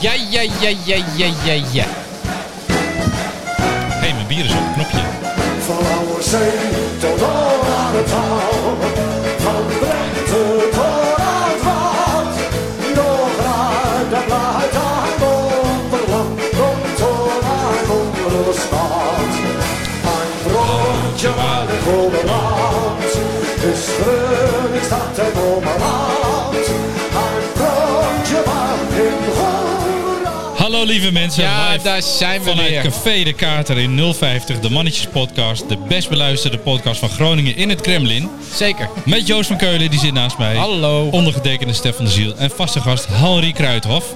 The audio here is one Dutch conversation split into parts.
ja, ja, ja, ja, ja, ja. Hé, hey, mijn bier is op het knopje. Van oude zee tot al aan het touw. Van Drenthe tot aan het waard. Nog raad dat blijft aan Bomberland. Komt tot aan onze stad. Een broodje waar het Bomberland. Is groen, ik sta te Bomberland. Een broodje waar in Bomberland. Hallo lieve mensen, Ja, live daar zijn we vanuit weer. Café de Kater in 050, de Mannetjes Podcast, de best beluisterde podcast van Groningen in het Kremlin. Zeker. Met Joost van Keulen, die zit naast mij. Hallo. Ondergetekende Stefan de Ziel en vaste gast Henri Kruithof.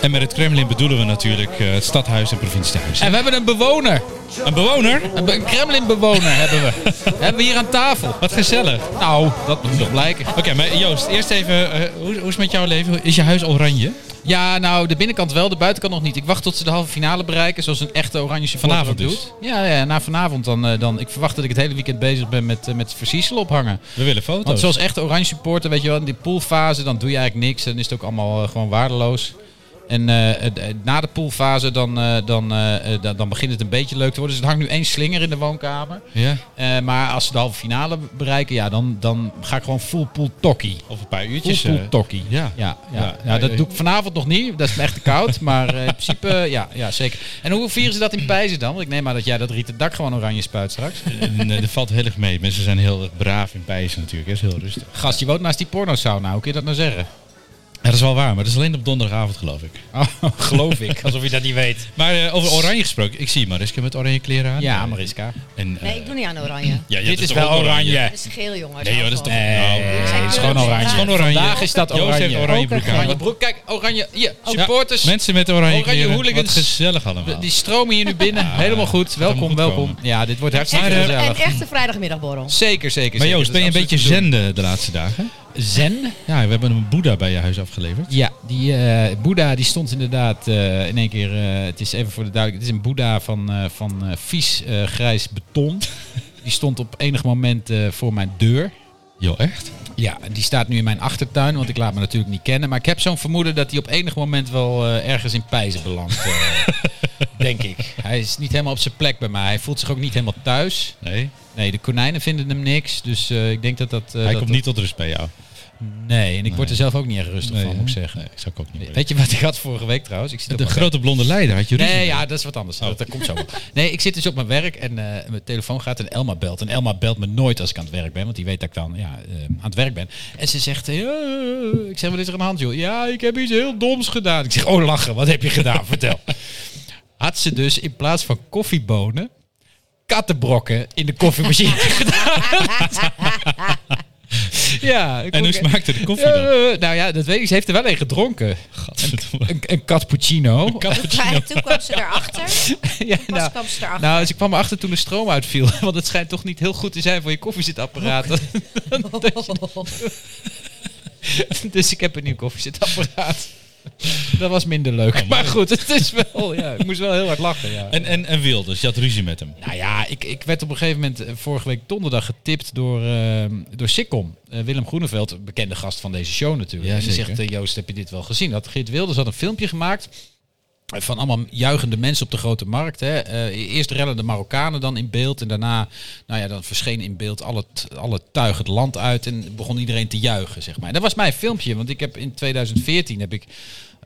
En met het Kremlin bedoelen we natuurlijk eh, het stadhuis en provinciehuis. En we hebben een bewoner. Een bewoner? Een, be- een Kremlin-bewoner hebben we. hebben we hier aan tafel. Wat gezellig. Oké, Nou, dat moet nog blijken. maar Joost, eerst even, eh, hoe, hoe is het met jouw leven? Is je huis oranje? Ja, nou, de binnenkant wel, de buitenkant nog niet. Ik wacht tot ze de halve finale bereiken, zoals een echte oranje supporter Vanavond ook dus? doet. Ja, ja, na vanavond dan, eh, dan. Ik verwacht dat ik het hele weekend bezig ben met, eh, met versieselen ophangen. We willen foto's. Want zoals echte oranje supporter, weet je wel, in die poolfase, dan doe je eigenlijk niks. Dan is het ook allemaal eh, gewoon waardeloos. En eh, eh, eh, na de poolfase, dan, eh, dan, eh, eh, dan, dan begint het een beetje leuk te worden. Dus het hangt nu één slinger in de woonkamer. Ja. Eh, maar als ze de halve finale bereiken, ja, dan, dan ga ik gewoon full pool tokkie. Over een paar Full uurtjes. eh, pool tokkie. ja. Ja, ja. Ja, ja, ja, ja. dat doe ik vanavond nog niet. Dat is me echt te koud. maar eh, in principe, eh, ja, ja, zeker. En hoe vieren ze dat in Pijzen dan? Want ik neem aan dat jij dat rieten dak gewoon oranje spuit straks. Nee, dat eh, valt heel erg mee. Mensen zijn heel erg braaf in Pijzen natuurlijk. Dat is heel rustig. Gast, je woont naast die porno-sauna. Hoe kun je dat nou zeggen? Ja, dat is wel waar, maar dat is alleen op donderdagavond geloof ik. Oh, geloof ik. Alsof je dat niet weet. Maar eh, over oranje gesproken, ik zie Mariska met oranje kleren aan. Ja, Mariska. En, eh, Nee, ik doe niet aan oranje. ja, ja, Dit dat is toch wel ook oranje. Dat is geel, jongens. Nee joh, dat is toch... nou, het is gewoon het oranje. is gewoon oranje. Vandaag is dat Joost heeft oranje. oranje broek aan. Oranje broek, kijk, oranje. Hier, supporters. Ja, mensen met oranje, Oranje kleren. hooligans. Wat gezellig allemaal. Die stromen hier nu binnen. Helemaal goed. Welkom, allemaal goed welkom. komen. Ja, dit wordt En, hartstikke en, en gezellig. echte vrijdagmiddagborrel. Zeker, zeker. maar zeker. Joost, Dat ben je is een beetje absoluut te zenden de laatste dagen? doen. zen? Ja, we hebben een boeddha bij je huis afgeleverd. Ja, die eh, Boeddha die stond inderdaad eh, in één keer. eh, het is even voor de duidelijkheid: het is een Boeddha van, eh, van eh, vies eh, grijs beton. Die stond op enig moment eh, voor mijn deur. Jo, echt? Ja, en die staat nu in mijn achtertuin, want ik laat me natuurlijk niet kennen. Maar ik heb zo'n vermoeden dat hij op enig moment wel eh, ergens in Pijzen belandt. eh, denk ik. Hij is niet helemaal op zijn plek bij mij. Hij voelt zich ook niet helemaal thuis. Nee, Nee, de konijnen vinden hem niks. Dus eh, ik denk dat dat. eh, hij dat komt dat- niet tot rust bij jou. Nee, en ik word er zelf ook niet erg rustig Nee, van, hè? moet ik zeggen. Nee, zou ik ook niet weten. Weet je wat ik had vorige week trouwens? Ik zit op De mijn grote blonde leider had je ruzie Nee, mee. ja, dat is wat Oh. anders. Dat, dat komt zo. wel. Nee, ik zit dus op mijn werk en eh, mijn telefoon gaat en Elma belt. En Elma belt me nooit als ik aan het werk ben, want die weet dat ik dan ja, eh, aan het werk ben. En ze zegt, eh, ik zeg, wat is er aan de hand, joh? Ja, ik heb iets heel doms gedaan. Ik zeg, oh lachen, wat heb je gedaan? Vertel. Had ze dus in plaats van koffiebonen kattenbrokken in de koffiemachine gedaan. ja, ik En hoe kon- smaakte de koffie dan? Eh, nou ja, dat weet ik. Ze heeft er wel een gedronken. Gadverdamme. Een, een cappuccino. Maar toen kwam ze erachter. ja, Pas kwam ze erachter. nou, dus ik kwam erachter toen de stroom uitviel. Want het schijnt toch niet heel goed te zijn voor je Oh. koffiezetapparaat. dus ik heb een nieuw koffiezetapparaat. Dat was minder leuk. Oh, maar goed, het is wel. Ja, ik moest wel heel hard lachen. Ja. En, en, en Wilders, je had ruzie met hem. Nou ja, ik, ik werd op een gegeven moment eh, vorige week donderdag getipt door, eh, door Sikkom. Eh, Willem Groeneveld, een bekende gast van deze show natuurlijk. Ja, en die zeker. zegt, eh, Joost, heb je dit wel gezien? Dat Geert Wilders had een filmpje gemaakt eh, van allemaal juichende mensen op de grote markt. Hè. Eh, eerst rellen de Marokkanen dan in beeld. En daarna, nou ja, dan verscheen in beeld al het, al het tuig het land uit. En begon iedereen te juichen, zeg maar. En dat was mijn filmpje, want ik heb in 2014 heb ik...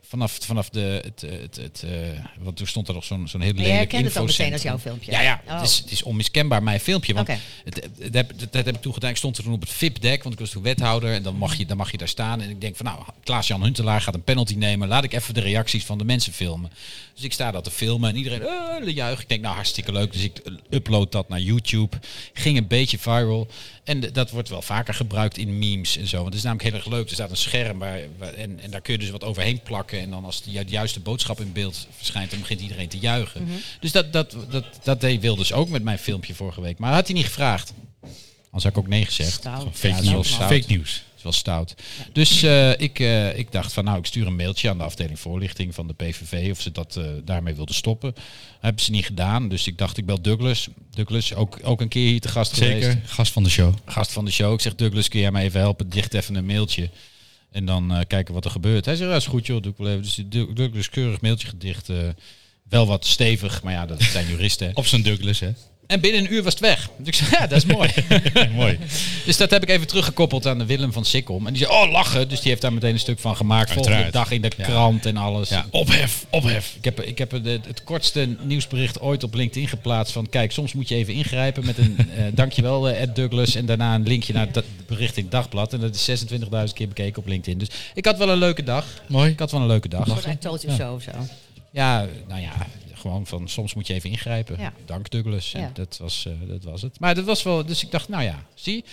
Vanaf, vanaf de. Het, het, het, eh, want toen stond er nog zo'n zo'n heel Maar lelijk jij herkent het ook meteen infocentrum. als jouw filmpje. Ja, ja. Oh. Het, is, het is onmiskenbaar mijn filmpje. Want Oké. het, het- dat heb, dat, dat heb ik toen gedaan. Ik stond toen op het VIP-dek, want ik was toen wethouder. En dan mag je, dan mag je daar staan. En ik denk van, nou, Klaas-Jan Huntelaar gaat een penalty nemen. Laat ik even de reacties van de mensen filmen. Dus ik sta dat te filmen en iedereen eh juicht. Ik denk, nou, hartstikke leuk. Dus ik upload dat naar YouTube. Ging een beetje viral. En d- dat wordt wel vaker gebruikt in memes en zo. Want het is namelijk heel erg leuk. Er staat een scherm waar, waar- en, en daar kun je dus wat overheen plakken. En dan als de ju- juiste boodschap in beeld verschijnt, dan begint iedereen te juichen. Dus dat, dat, dat, dat deed Wilders ook met mijn filmpje vorige week. Maar had hij niet gevraagd. Anders had ik ook nee gezegd. Stout. Gewoon Fake ja, het is wel nieuws. stout. Fake nieuws. Het is wel stout. Dus eh, ik, eh, ik dacht van nou, ik stuur een mailtje aan de afdeling voorlichting van de PVV of ze dat eh, daarmee wilden stoppen. Hebben ze niet gedaan. Dus ik dacht, ik bel Douglas. Douglas, ook, ook een keer hier te gast geweest Zeker. Gast van de show. gast van de show. Ik zeg, Douglas, kun jij mij even helpen? Dicht even een mailtje. En dan eh, kijken wat er gebeurt. Hij zegt, ja, is goed joh, doe ik wel even. Dus die doe- doe ik dus keurig mailtje gedicht. eh, wel wat stevig, maar ja, dat zijn juristen. hè. Op zijn Douglas, hè? En binnen een uur was het weg. Dus ik zei, ja, dat is mooi. Mooi. dus dat heb ik even teruggekoppeld aan de Willem van Sikkom. En die zei, oh, lachen. Dus die heeft daar meteen een stuk van gemaakt. Volgende Uiteraard. dag in de Ja. krant en alles. Ja, ophef, ophef. Ik heb, ik heb de- het kortste nieuwsbericht ooit op LinkedIn geplaatst. Van kijk, soms moet je even ingrijpen met een eh, dankjewel eh, Ed Douglas. En daarna een linkje naar dat bericht in het dagblad. En dat is 26.000 keer bekeken op LinkedIn. Dus ik had wel een leuke dag. Mooi. Ik had wel een leuke dag. Voor een toot of zo of zo. Ja, nou ja, gewoon van soms moet je even ingrijpen. Ja. Dank Douglas. En Ja. dat, was, eh, dat was het. Maar dat was wel, dus ik dacht, nou ja, zie.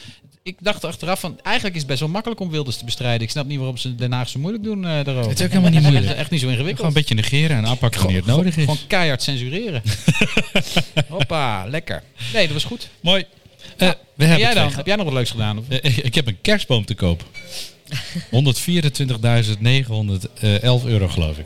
Ik dacht achteraf van, eigenlijk is het best wel makkelijk om Wilders te bestrijden. Ik snap niet waarom ze Den Haag zo moeilijk doen eh daarover. Het is ook helemaal niet moeilijk. Echt niet zo ingewikkeld. Gewoon een beetje negeren en aanpakken wanneer het nodig is. Gewoon keihard censureren. Hoppa, lekker. Nee, dat was goed. Mooi. Eh, we En jij hebben twee dan? ge- Heb jij nog wat leuks gedaan? Of? Eh, ik- ik heb een kerstboom te koop. 124.911 eh, euro, geloof ik.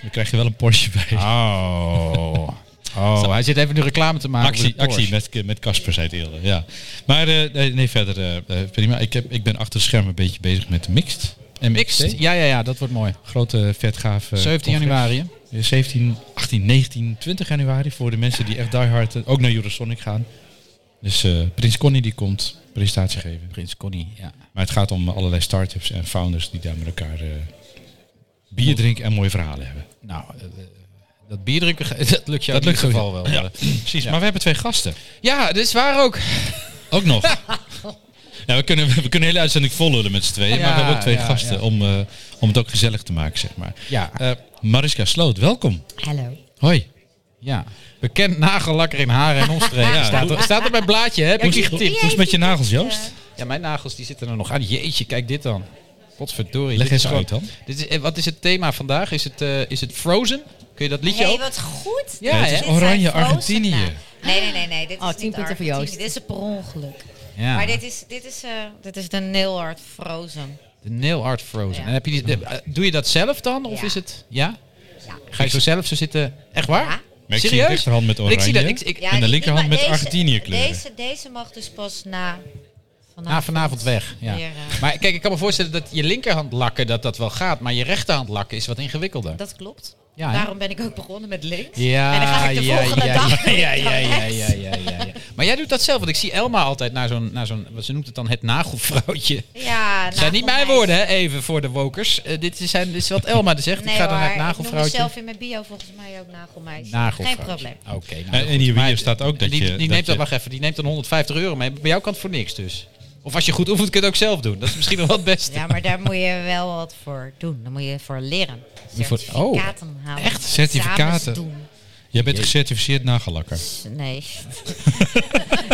Dan krijg je wel een Porsche bij. Oh. oh, hij zit even nu reclame te maken. actie, actie met, met Kasper, zei het eerder. Ja. Maar eh, nee, nee, verder eh, eh, prima. Ik, heb, ik ben achter het scherm een beetje bezig met mixed. MXT. Mixed. Ja, ja, ja, dat wordt mooi. Grote vetgaaf. eh, 17 congres. januari. hè? Eh, 17, 18, 19, 20 januari. Voor de mensen die echt die hard eh, ook naar Eurosonic gaan. Dus eh, Prins Connie die komt presentatie geven. Prins Connie, ja. Maar het gaat om allerlei start-ups en founders die daar met elkaar eh, bier drinken en mooie verhalen hebben. Nou, eh, dat bier drinken, ge- dat lukt jou Dat in ieder lukt geval wel. eh. Ja, precies. Maar we hebben twee gasten. Ja, dit is waar ook. Ook nog. ja, we kunnen we kunnen de hele uitzending vol lullen met z'n tweeën. Ja, maar we hebben ook twee ja, gasten ja. Om, eh, om het ook gezellig te maken, zeg maar. Ja. Eh, Mariska Sloot, welkom. Hallo. Hoi. Ja. Bekend nagellakker in haren en omstreken. Ja. staat, er, staat er bij het blaadje, hè? Heb ik je Hoe is getipt? het met je nagels, Joost? Ja, mijn nagels die zitten er nog aan. Jeetje, kijk dit dan. Godverdorie. Leg dit is eens uit gewoon- dan. Dit is, eh, wat is het thema vandaag? Is het, eh, is het Frozen? Kun je dat liedje Hey, ook? wat goed. Ja, hè? Dit Het is zijn Oranje Frozen Argentinië. nou, na. Nee, nee, nee, nee. Dit Oh, is 10 niet punten voor Argentinië. Joost. Dit is een per ongeluk. Ja. Maar dit is, dit is, eh, dit is de nail art Frozen. De nail art Frozen. Ja. En heb je die, de- eh, doe je dat zelf dan? Of Ja. is het... Ja? Ja. Ga je zo zelf zo zitten? Echt waar? Ja. Maar ik zie Serieus? je rechterhand met Want Ik zie dat. oranje. Ik, ik, Ja, En de die- linkerhand maar met deze- Argentinië kleuren. Deze, deze mag dus pas na Nou, vanavond. Na Ah, vanavond weg. Ja. Weer, eh, Maar kijk, ik kan me voorstellen dat je linkerhand lakken dat dat wel gaat, maar je rechterhand lakken is wat ingewikkelder. Dat klopt. Ja, hè? Daarom ben ik ook begonnen met links. ja, en dan ga ik de ja, volgende ja, dag Ja, ja, doe ik ja, dan ja, rechts. ja, ja, ja, ja. Maar jij doet dat zelf, want ik zie Elma altijd naar zo'n, naar zo'n wat ze noemt het dan, het nagelvrouwtje. Ja, Het zijn niet mijn nagelmeisje. woorden, hè, even voor de wokers. Eh, dit, is zijn, dit is wat Elma er zegt. Nee, ik ga dan naar het hoor, Ik noem nagelvrouwtje. mezelf in mijn bio volgens mij ook nagelmeisje. Nagelvrouwtje. Geen probleem. Oké. nou, En- en goed. hier hier Maar, staat ook eh, eh, dat die, je- Die dat neemt dan, je- wacht even, die neemt dan 150 euro mee. Bij jouw kant voor niks dus. Of als je goed oefent, kun je het ook zelf doen. Dat is misschien nog wel het beste. Ja, maar daar moet je wel wat voor doen. Daar moet je voor leren. je voor- oh, Certificaten halen. echt? Certificaten? Examens doen. Jij bent gecertificeerd nagellakker. Nee.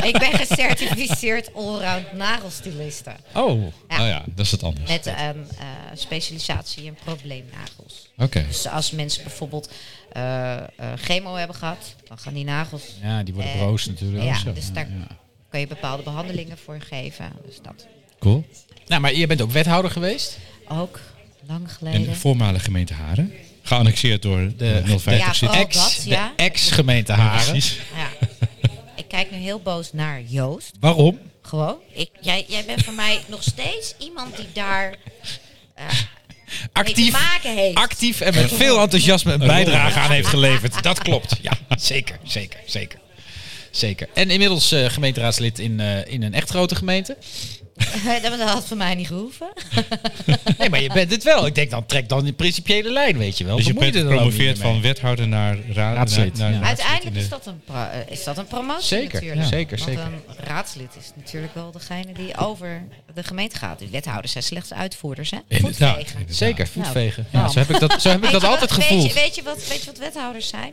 ik ben gecertificeerd allround nagelstiliste. Oh. Ja. Oh ja, dat is het anders. Met een eh, specialisatie in probleemnagels. Oké. Dus als mensen bijvoorbeeld eh, eh, chemo hebben gehad, dan gaan die nagels. Ja, die worden Eh, broos natuurlijk. ja, Oh, zo. dus daar kun je bepaalde behandelingen voor geven. Dus dat Cool. Nou, maar je bent ook wethouder geweest. ook lang En geleden. de voormalige gemeente Haren. Geannexeerd door de 050 Ja, City. Oh, ex, dat, ja. de ex-gemeente Haren. Precies. Ja. ik kijk nu heel boos naar Joost. Waarom? Gewoon. Ik, jij, jij bent voor mij nog steeds iemand die daar mee te Actief, maken heeft. actief en met veel enthousiasme een bijdrage aan heeft geleverd. Dat klopt. Ja, zeker, zeker, zeker. Zeker. En inmiddels eh, gemeenteraadslid in, eh, in een echt grote gemeente. dat had voor mij niet gehoeven. Nee, maar je bent het wel. Ik denk, dan trek dan de principiële lijn, weet je wel. Dus je Bemoei bent er dan ook niet gepromoveerd meer mee. van wethouder naar raad. Raadslid, naar- naar- ja. naar- Uiteindelijk in de- is dat een, pro- eh, is dat een promotie Zeker, natuurlijk. ja, zeker, Want zeker. een raadslid is natuurlijk wel degene die over de gemeente gaat. De wethouders zijn slechts uitvoerders, hè? Inderdaad, Voetvegen. inderdaad. Zeker, voetvegen. Nou, Ja, zo heb ik dat, zo heb ik Weet dat je altijd wat- gevoeld. Weet je, weet, je wat, weet je wat wethouders zijn?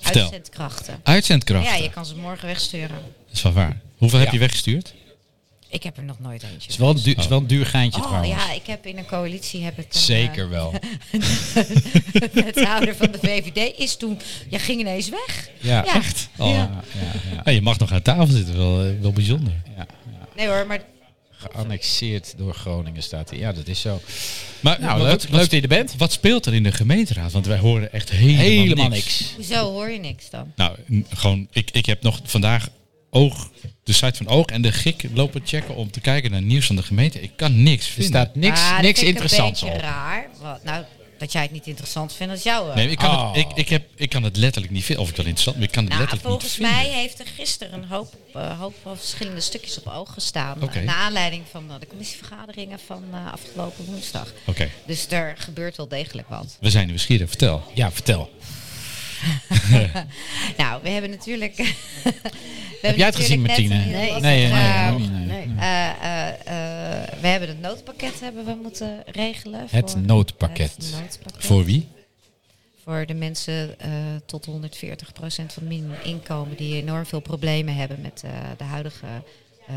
Vertel. Uitzendkrachten. Uitzendkrachten. Ja, je kan ze morgen wegsturen. Dat is wel waar. Hoeveel heb Ja. je weggestuurd? Ik heb er nog nooit eentje. Het is wel een duur, het is wel een duur geintje Oh trouwens. ja, ik heb in een coalitie heb ik een, Zeker wel. eh, wethouder van de VVD is toen, ja, ging ineens weg. Ja, echt. Oh. Ja, ja, ja. Ja, je mag nog aan tafel zitten, wel, eh, wel bijzonder. Nee hoor, maar Geannexeerd door Groningen staat hij. Ja, dat is zo. Maar, Nou, maar leuk. wat, Leuk wat- dat je er bent. Wat speelt er in de gemeenteraad? Want wij horen echt helemaal, Helemaal niks. hoezo hoor je niks dan? Nou, n- gewoon, ik, ik heb nog vandaag Oog, de site van Oog en de GIK lopen checken om te kijken naar nieuws van de gemeente. Ik kan niks Er vinden. staat niks, Ah, dat niks vind ik interessants een beetje op. raar. Wat, nou, dat jij het niet interessant vindt, als jou. eh. Nee, ik kan, Oh. het, ik, ik, heb, ik kan het letterlijk niet vinden. Of ik wel interessant, maar ik kan het Nou, letterlijk niet volgens vinden. mij heeft er gisteren een hoop, eh, hoop van verschillende stukjes op oog gestaan. Oké. Naar aanleiding van eh, de commissievergaderingen van eh, afgelopen woensdag. Oké, Dus er gebeurt wel degelijk wat. we zijn er nieuwsgierig. Vertel. Ja, vertel. Nou, we hebben natuurlijk. we Heb jij het gezien, Martine? Nee, nee, nee, nee, eh, nee, nee. eh, eh, eh, we hebben het noodpakket hebben we moeten regelen. Het voor- noodpakket. het noodpakket. Voor wie? voor de mensen eh, tot 140% van het minimuminkomen die enorm veel problemen hebben met eh, de huidige eh,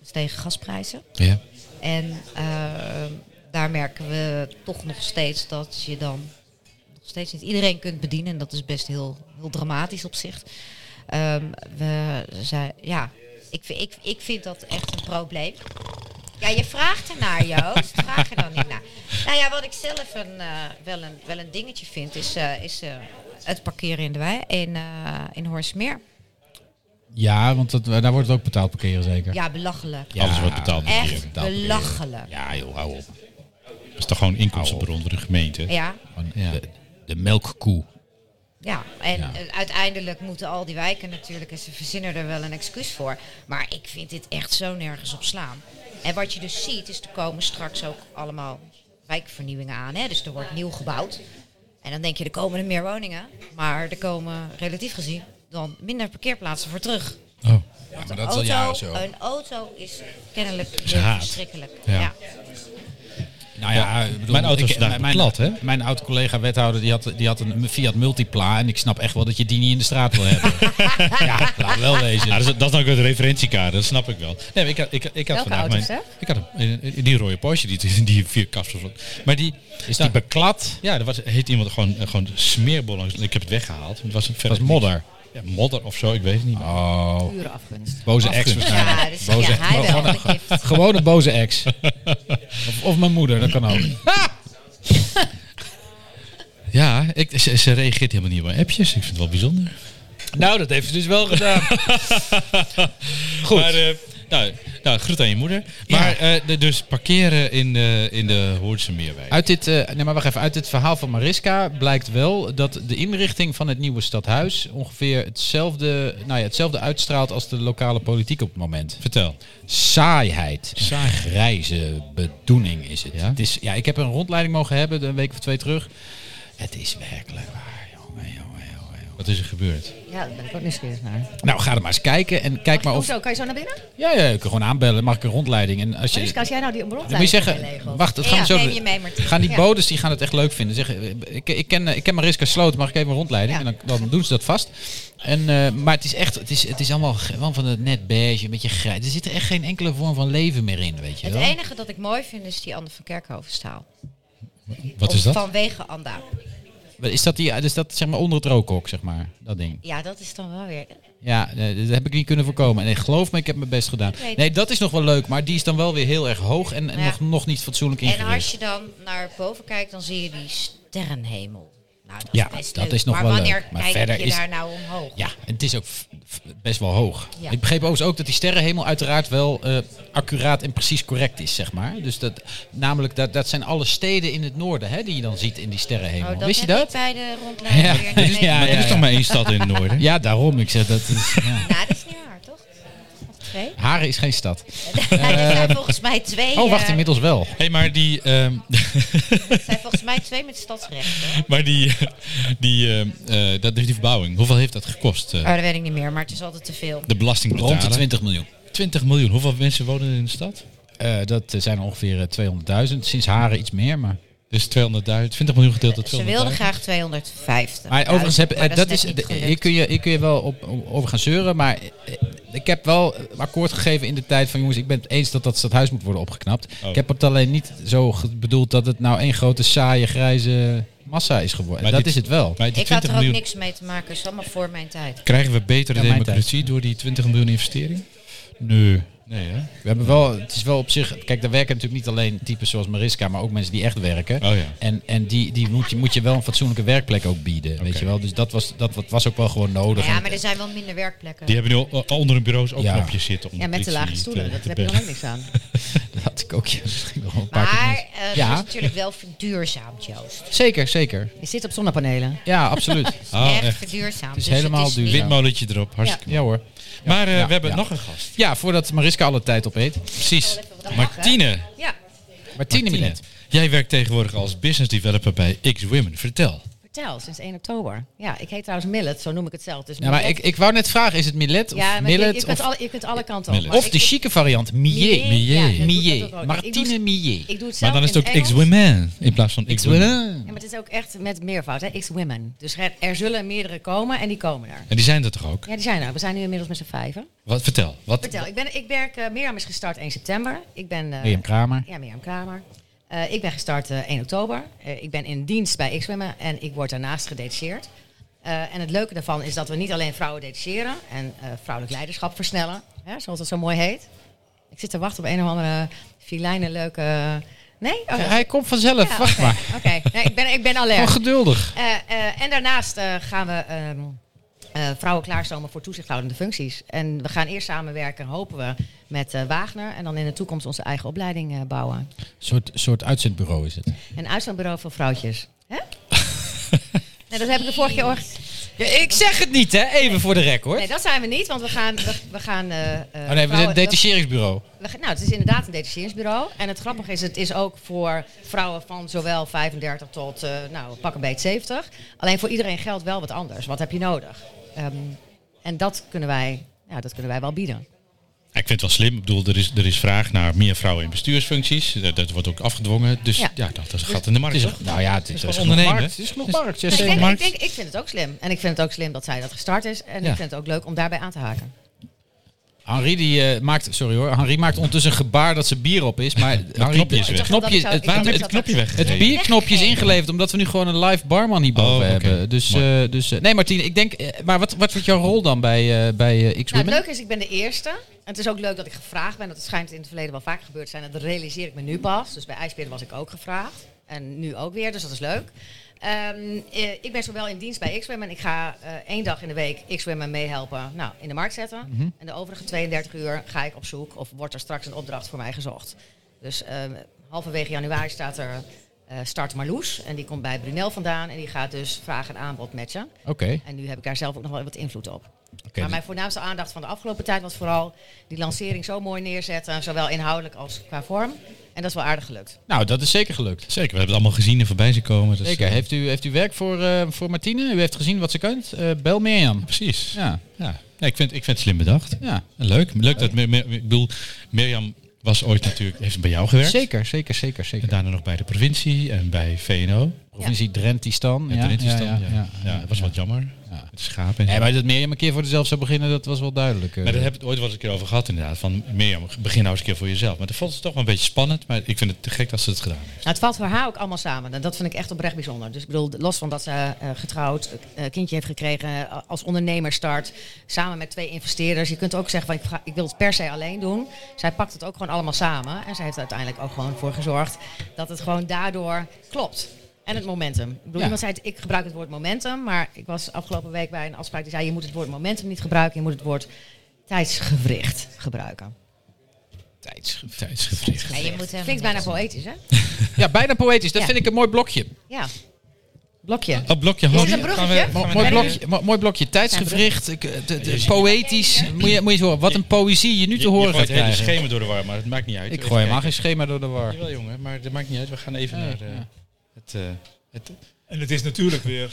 gestegen gasprijzen. Ja. En eh, daar merken we toch nog steeds dat je dan nog steeds niet iedereen kunt bedienen. En dat is best heel, heel dramatisch op zich. Ehm, we zijn, ja, ik, vi- ik, ik vind dat echt een probleem. Ja, je vraagt ernaar, Joost. Vraag er dan niet naar. Nou ja, wat ik zelf een, eh, wel, een, wel een dingetje vind, is, eh, is eh, het parkeren in de wei in, eh in Horstmeer. Ja, want dat, daar wordt het ook betaald parkeren zeker. Ja, belachelijk. Ja, Alles wordt betaald. Echt natuurlijk. belachelijk. Ja joh, hou op. Dat is toch gewoon een inkomstenbron voor de gemeente? Ja. Gewoon Ja. De, de melkkoe. Ja, en Ja. eh, uiteindelijk moeten al die wijken natuurlijk, en ze verzinnen er wel een excuus voor. Maar ik vind dit echt zo nergens op slaan. En wat je dus ziet, is er komen straks ook allemaal wijkvernieuwingen aan. Hè? Dus er wordt nieuw gebouwd. En dan denk je, er komen er meer woningen. Maar er komen relatief gezien dan minder parkeerplaatsen voor terug. Oh. Ja, maar dat Een is al auto, jaren zo. Een auto is kennelijk is heel haat. verschrikkelijk. Ja. Ja. Nou ja, ik bedoel, Mijn auto is ik- vandaag beklad, hè? Mijn oud collega wethouder die had, die had een Fiat Multipla. En ik snap echt wel dat je die niet in de straat wil hebben. ja, nou, laat wel Ah. wezen. Ja, dat, is, dat is dan ook het referentiekader, dat snap ik wel. Nee, maar ik had, ik, ik had Welke vandaag auto's, mijn, hè? ik had een, een- die rode Porsche, die, die vier kapsels. Maar die Is die beklad? Ja, er was, heeft iemand gewoon, eh, gewoon smeerbol langs. Ik heb het weggehaald. Het was, een verder was modder. Ja, modder of zo, ik weet het niet. meer. Oh, Pure afgunst. boze ex waarschijnlijk. Ja, dus, ja, boze, hij wel. gewoon een- gewoon een boze ex. Of, of mijn moeder, dat kan ook. Ja, ik, ze, ze reageert helemaal niet op mijn appjes. Ik vind het wel bijzonder. Nou, dat heeft ze dus wel gedaan. Goed. Maar, eh, nou, nou, groet aan je moeder. Maar eh, de- dus parkeren in, de in de Hoornse Meerwijk. Uit dit, eh, nee, maar wacht even. Uit dit verhaal van Mariska blijkt wel dat de inrichting van het nieuwe stadhuis ongeveer hetzelfde, nou ja, hetzelfde uitstraalt als de lokale politiek op het moment. Vertel. Saaiheid. en Grijze bedoening is het. Ja? het is, ja, ik heb een rondleiding mogen hebben een week of twee terug. Het is werkelijk waar, jongen, jongen, jongen. jongen. Wat is er gebeurd? Ja, daar ben ik ook nieuwsgierig naar. Nou, ga er maar eens kijken en kijk maar of... Hoezo, kan je zo naar binnen? Ja, ja, ik kan gewoon aanbellen. Mag ik een rondleiding? En als je... Mariska, als jij nou die omroep Dan moet je zeggen, wacht, dat gaan Ja, we zo neem doen. je mee, Martien. Gaan die Ja. bodes, die gaan het echt leuk vinden. Zeggen, ik, ik, ken, eh, ik ken Mariska Sloot, mag ik even een rondleiding? Ja. En dan, dan doen ze dat vast. En, eh, maar het is echt, het is, het is allemaal ge- wel van het net beige, een beetje grijs. Er zit er echt geen enkele vorm van leven meer in, weet je Het wel. enige dat ik mooi vind is die Anne van Kerkhovenstaal. Wat is dat? Vanwege Anda. Is dat, die, is dat zeg maar onder het rookhok, zeg maar, dat ding? Ja, dat is dan wel weer. Ja, eh, dat heb ik niet kunnen voorkomen. Nee, geloof me, ik heb mijn best gedaan. weet het. Nee, dat is nog wel leuk, maar die is dan wel weer heel erg hoog en, en Ja. nog, nog niet fatsoenlijk ingericht. En als je dan naar boven kijkt, dan zie je die sterrenhemel. Nou, dat Ja, is best dat leuk. is nog maar wel wanneer leuk. Maar kijk verder je is- daar nou omhoog? Ja, en het is ook f- f- best wel hoog. Ja. Ik begreep overigens ook dat die sterrenhemel uiteraard wel eh, accuraat en precies correct is, zeg maar. Dus dat, namelijk, dat, dat zijn alle steden in het noorden hè, die je dan ziet in die sterrenhemel. Oh, dat Wist je heb ik dat? bij de rondleiding Ja. weer niet Ja, Maar meegemaakt. er is toch maar één stad in het noorden. Ja, daarom. Ik zeg dat. Is, ja. Nou, dat is niet waar, toch? Of twee? Haren is geen stad. er zijn volgens mij twee. Eh, Oh, wacht, eh, inmiddels wel. Hé, hey, maar die, ehm, Er zijn volgens mij twee met stadsrechten. hoor. maar die, die, ehm, eh, dat, die verbouwing, hoeveel heeft dat gekost? eh, Oh, dat weet ik niet meer, maar het is altijd te veel. de belastingbetaler? Rond de 20 miljoen. 20 miljoen. Hoeveel mensen wonen er in de stad? Eh, dat eh, zijn ongeveer eh, 200.000. Sinds Haren iets meer, maar... Dus 200.000, 20 miljoen gedeeld door 200.000. Ze wilden graag 250. Maar overigens, heb, maar eh, dat is, net niet de- gelukt. hier, kun je, hier kun je wel op, o- over gaan zeuren. Maar eh, ik heb wel eh, akkoord gegeven in de tijd van... jongens, ik ben het eens dat dat stadhuis moet worden opgeknapt. Oh. Ik heb het alleen niet zo ge- bedoeld dat het nou één grote saaie grijze massa is geworden. Maar dat dit- is het wel. Maar die Ik had 20 er ook miljoen, niks mee te maken, het is allemaal voor mijn tijd. krijgen we betere Ja, mijn democratie door die 20 miljoen investering? Nee. Nee, hè? We hebben wel, het is wel op zich, kijk, daar werken natuurlijk niet alleen types zoals Mariska, maar ook mensen die echt werken. Oh ja. En, en die, die moet, je, moet je wel een fatsoenlijke werkplek ook bieden, weet Oké. je wel. Dus dat was, dat wat- was ook wel gewoon nodig. Nou ja, En- maar er zijn wel minder werkplekken. Die hebben nu al- al onder hun bureaus ook Ja. knopjes zitten. Om Ja, met de politie lage te- stoelen. Dat te heb je bellen. dan ook niks aan. dat had ik ook ja, misschien nog wel een paar keer Maar gemist. eh, het Ja. is natuurlijk wel verduurzaamd, Joost. Zeker, zeker. Je zit op zonnepanelen. Ja, absoluut. Ah, echt, echt. verduurzaamd. Het is Dus helemaal niet- duurzaam. Windmolentje erop, hartstikke Ja hoor. mooi. Maar eh, Ja, we hebben ja. nog een gast. Ja, voordat Mariska alle tijd opeet. Oh, Precies. wat Martine. Ja, Martine Milet. Jij werkt tegenwoordig als business developer bij X-Women. Vertel. Vertel, sinds 1 oktober. Ja, ik heet trouwens Millet, zo noem ik het zelf. Dus Ja, maar Millet- ik, ik wou net vragen, is het Millet of ja, maar je- je, Millet kunt of, alle, je kunt alle kanten Millet. op. maar of ik- de ik- chique variant, Millet. Millet, ja, dat doe ik- dat doe ik Millet. ook. Ik Martine doe- Millet. Ik doe het Maar zelf dan is in het ook Engels. X-Women in plaats van X-Women. Ja, maar het is ook echt met meervoud, hè? X-Women. Dus er, er zullen meerdere komen en die komen er. En die zijn er toch ook? Ja, die zijn er. We zijn nu inmiddels met z'n vijven. Wat, vertel. Wat, Vertel, ik, ben, ik werk... eh Mirjam is gestart 1 september. Ik ben... eh, Mirjam Kramer. Ja, Mirjam Kramer. Eh, ik ben gestart eh, 1 oktober. Eh, ik ben in dienst bij X-Women en ik word daarnaast gedetacheerd. Eh, en het leuke daarvan is dat we niet alleen vrouwen detacheren en eh, vrouwelijk leiderschap versnellen, hè, zoals dat zo mooi heet. Ik zit te wachten op een of andere filijne leuke... Nee? Oh, Ja, Hij komt vanzelf, ja, wacht oké, maar. Oh, Oké, nee, ik, ben, ik ben alert. Gewoon geduldig. Eh, eh, en daarnaast eh, gaan we ehm, eh, vrouwen klaarstomen voor toezichthoudende functies. En we gaan eerst samenwerken, hopen we, met eh, Wagner. En dan in de toekomst onze eigen opleiding eh, bouwen. soort, soort uitzendbureau is het. Een uitzendbureau voor vrouwtjes. Hè? Nee, dat heb ik de vorige keer gehoord. Ja, ik zeg het niet, hè? Even voor de record. Nee, dat zijn we niet, want we gaan... We, we gaan eh, eh, oh nee, we zijn vrouwen- een detacheringsbureau. we gaan- nou, het is inderdaad een detacheringsbureau. En het grappige is, het is ook voor vrouwen van zowel 35 tot, eh, nou, pak een beetje 70. Alleen voor iedereen geldt wel wat anders. Wat heb je nodig? Ehm, en dat kunnen, wij, ja, dat kunnen wij wel bieden. Ja, ik vind het wel slim. Ik bedoel, er is, er is vraag naar meer vrouwen in bestuursfuncties. Dat, dat wordt ook afgedwongen. Dus ja, Ja. dat, dat gaat in de markt. Het is, toch? een- nou ja, het is, er is wel genoeg ondernemen. markt. dus- Het is genoeg markt. ja, Ik, zeker. denk, ik, Markt. denk, ik vind het ook slim. En ik vind het ook slim dat zij dat gestart is. En Ja. ik vind het ook leuk om daarbij aan te haken. Henri die, eh, maakt, sorry hoor, Henri maakt ondertussen een gebaar dat zijn bier op is. Maar Henri- knopje is het knopje, weg. Ik dacht dat ik zou- het, ik dacht het, Waarom heb dat je het, het knopje weg? bierknopje is ingeleverd omdat we nu gewoon een live barman hierboven Oh, oké. hebben. Dus, eh, dus eh, nee Martine, ik denk, eh, maar wat, wat wordt jouw rol dan bij, eh, bij eh, Nou, het X-Women? leuke is, ik ben de eerste. En het is ook leuk dat ik gevraagd ben. Dat schijnt in het verleden wel vaker gebeurd te zijn. Dat realiseer ik me nu pas. Dus bij IJsbeer was ik ook gevraagd. En nu ook weer, dus dat is leuk. Ehm, eh, ik ben zowel in dienst bij X-Women. Ik ga eh, één dag in de week X-Women meehelpen nou, in de markt zetten. En de overige 32 uur ga ik op zoek of wordt er straks een opdracht voor mij gezocht. Dus ehm, halverwege januari staat er eh, Start Marloes. En die komt bij Brunel vandaan. En die gaat dus vraag en aanbod matchen. Oké, En nu heb ik daar zelf ook nog wel wat invloed op. Oké, maar mijn voornaamste aandacht van de afgelopen tijd was vooral die lancering zo mooi neerzetten, zowel inhoudelijk als qua vorm. En dat is wel aardig gelukt. nou dat is zeker gelukt. Zeker, we hebben het allemaal gezien en voorbij zien komen. Dus, Zeker, eh, heeft u, heeft u werk voor, eh, voor Martine? U heeft gezien wat ze kunt? Eh, bel Mirjam. Precies. Ja. Ja, Nee, ik, vind, ik vind het slim bedacht. ja. En Leuk. Leuk dat... Mir- Mir- ik bedoel, Mirjam was ooit natuurlijk... Heeft bij jou gewerkt. Zeker, zeker, zeker, zeker. En daarna nog bij de provincie en bij VNO. Provincie Drentistan. En ja, Tarentistan, ja, ja, ja, ja. dat was wat jammer. Ja. Met schapen en zo. Nee, maar dat Mirjam een keer voor zichzelf zou beginnen, dat was wel duidelijk. eh. Maar daar heb ik het ooit wel eens een keer over gehad inderdaad. Van Mirjam, begin nou eens een keer voor jezelf. Maar dat vond het toch wel een beetje spannend. Maar ik vind het te gek dat ze het gedaan heeft. Nou, het valt voor haar ook allemaal samen. En dat vind ik echt oprecht bijzonder. Dus ik bedoel, los van dat ze eh, getrouwd eh kindje heeft gekregen, eh, als ondernemer start, samen met twee investeerders. Je kunt ook zeggen van ik, ga- ik wil het per se alleen doen. Zij pakt het ook gewoon allemaal samen. En zij heeft er uiteindelijk ook gewoon voor gezorgd dat het gewoon daardoor klopt. En het momentum. Ik bedoel, Ja. iemand zei, het, ik gebruik het woord momentum, maar ik was afgelopen week bij een afspraak die zei, je moet het woord momentum niet gebruiken, je moet het woord tijdsgewricht gebruiken. Tijdsgev- Tijdsgevricht. Ja, je moet hem- Klinkt bijna poëtisch, hè? Ja, bijna poëtisch. Dat Ja. vind ik een mooi blokje. Ja. Blokje. Oh, blokje Is Hans. het een bruggetje? Mo- Gaan we mooi, naar- blokje mo- mooi blokje. Tijdsgevricht. ik, eh, de- de- poëtisch. Moet je, moet je eens horen. Wat een poëzie je nu te horen gaat het hele krijgen. schema door de war, maar het maakt niet Ik uit. Even gooi helemaal kijken. geen schema door de war. Jawel jongen, maar dat maakt niet uit. We gaan even Nee, naar eh, ja. het... eh, het En het is natuurlijk weer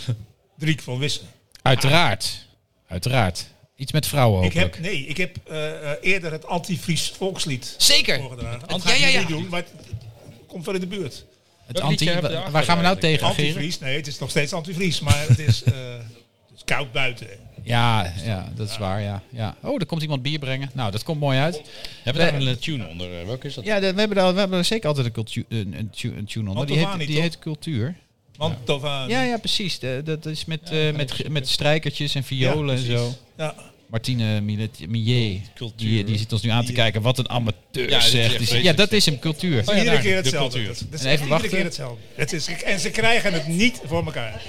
Driek van Wissen. Uiteraard. Uiteraard. Iets met vrouwen Ik heb, hopelijk. nee, ik heb eh, eh, eerder het anti-Fries volkslied Zeker. voorgedragen. Het- Dat ja, ga ik ja, nu ja. niet doen, maar het, het komt wel in de buurt. Het Welk anti, liedje heb wa- je waar erachter gaan we nou eigenlijk? tegen regeren? Anti-Fries, nee, het is nog steeds anti-Fries, maar het is, eh, het is koud buiten. Ja, ja, dat is waar. Ja, ja. Oh, er komt iemand bier brengen. Nou, dat komt mooi uit. hebben we daar een tune onder? Eh, Welke is dat? Ja, de- we hebben, daar, we hebben er zeker altijd een, cultu- een, een tu- een tune onder. Die Mantovani, heet, die toch? heet Cultuur. Want Tovani. Ja, ja, precies. De- dat is met, eh, met, ge- met strijkertjes en Ja, violen en precies. Oh zo. Ja. Martine Millet, Millet, Cultuur. die, die zit ons nu aan te kijken wat een amateur Ja, dit is zegt. echt Die zegt, vreselijk. ja, dat is hem, cultuur. Het is ja, iedere daar, keer de hetzelfde. cultuur. Dat, dat is En even echt iedere wachten. keer hetzelfde. Het is, en ze krijgen het niet voor elkaar.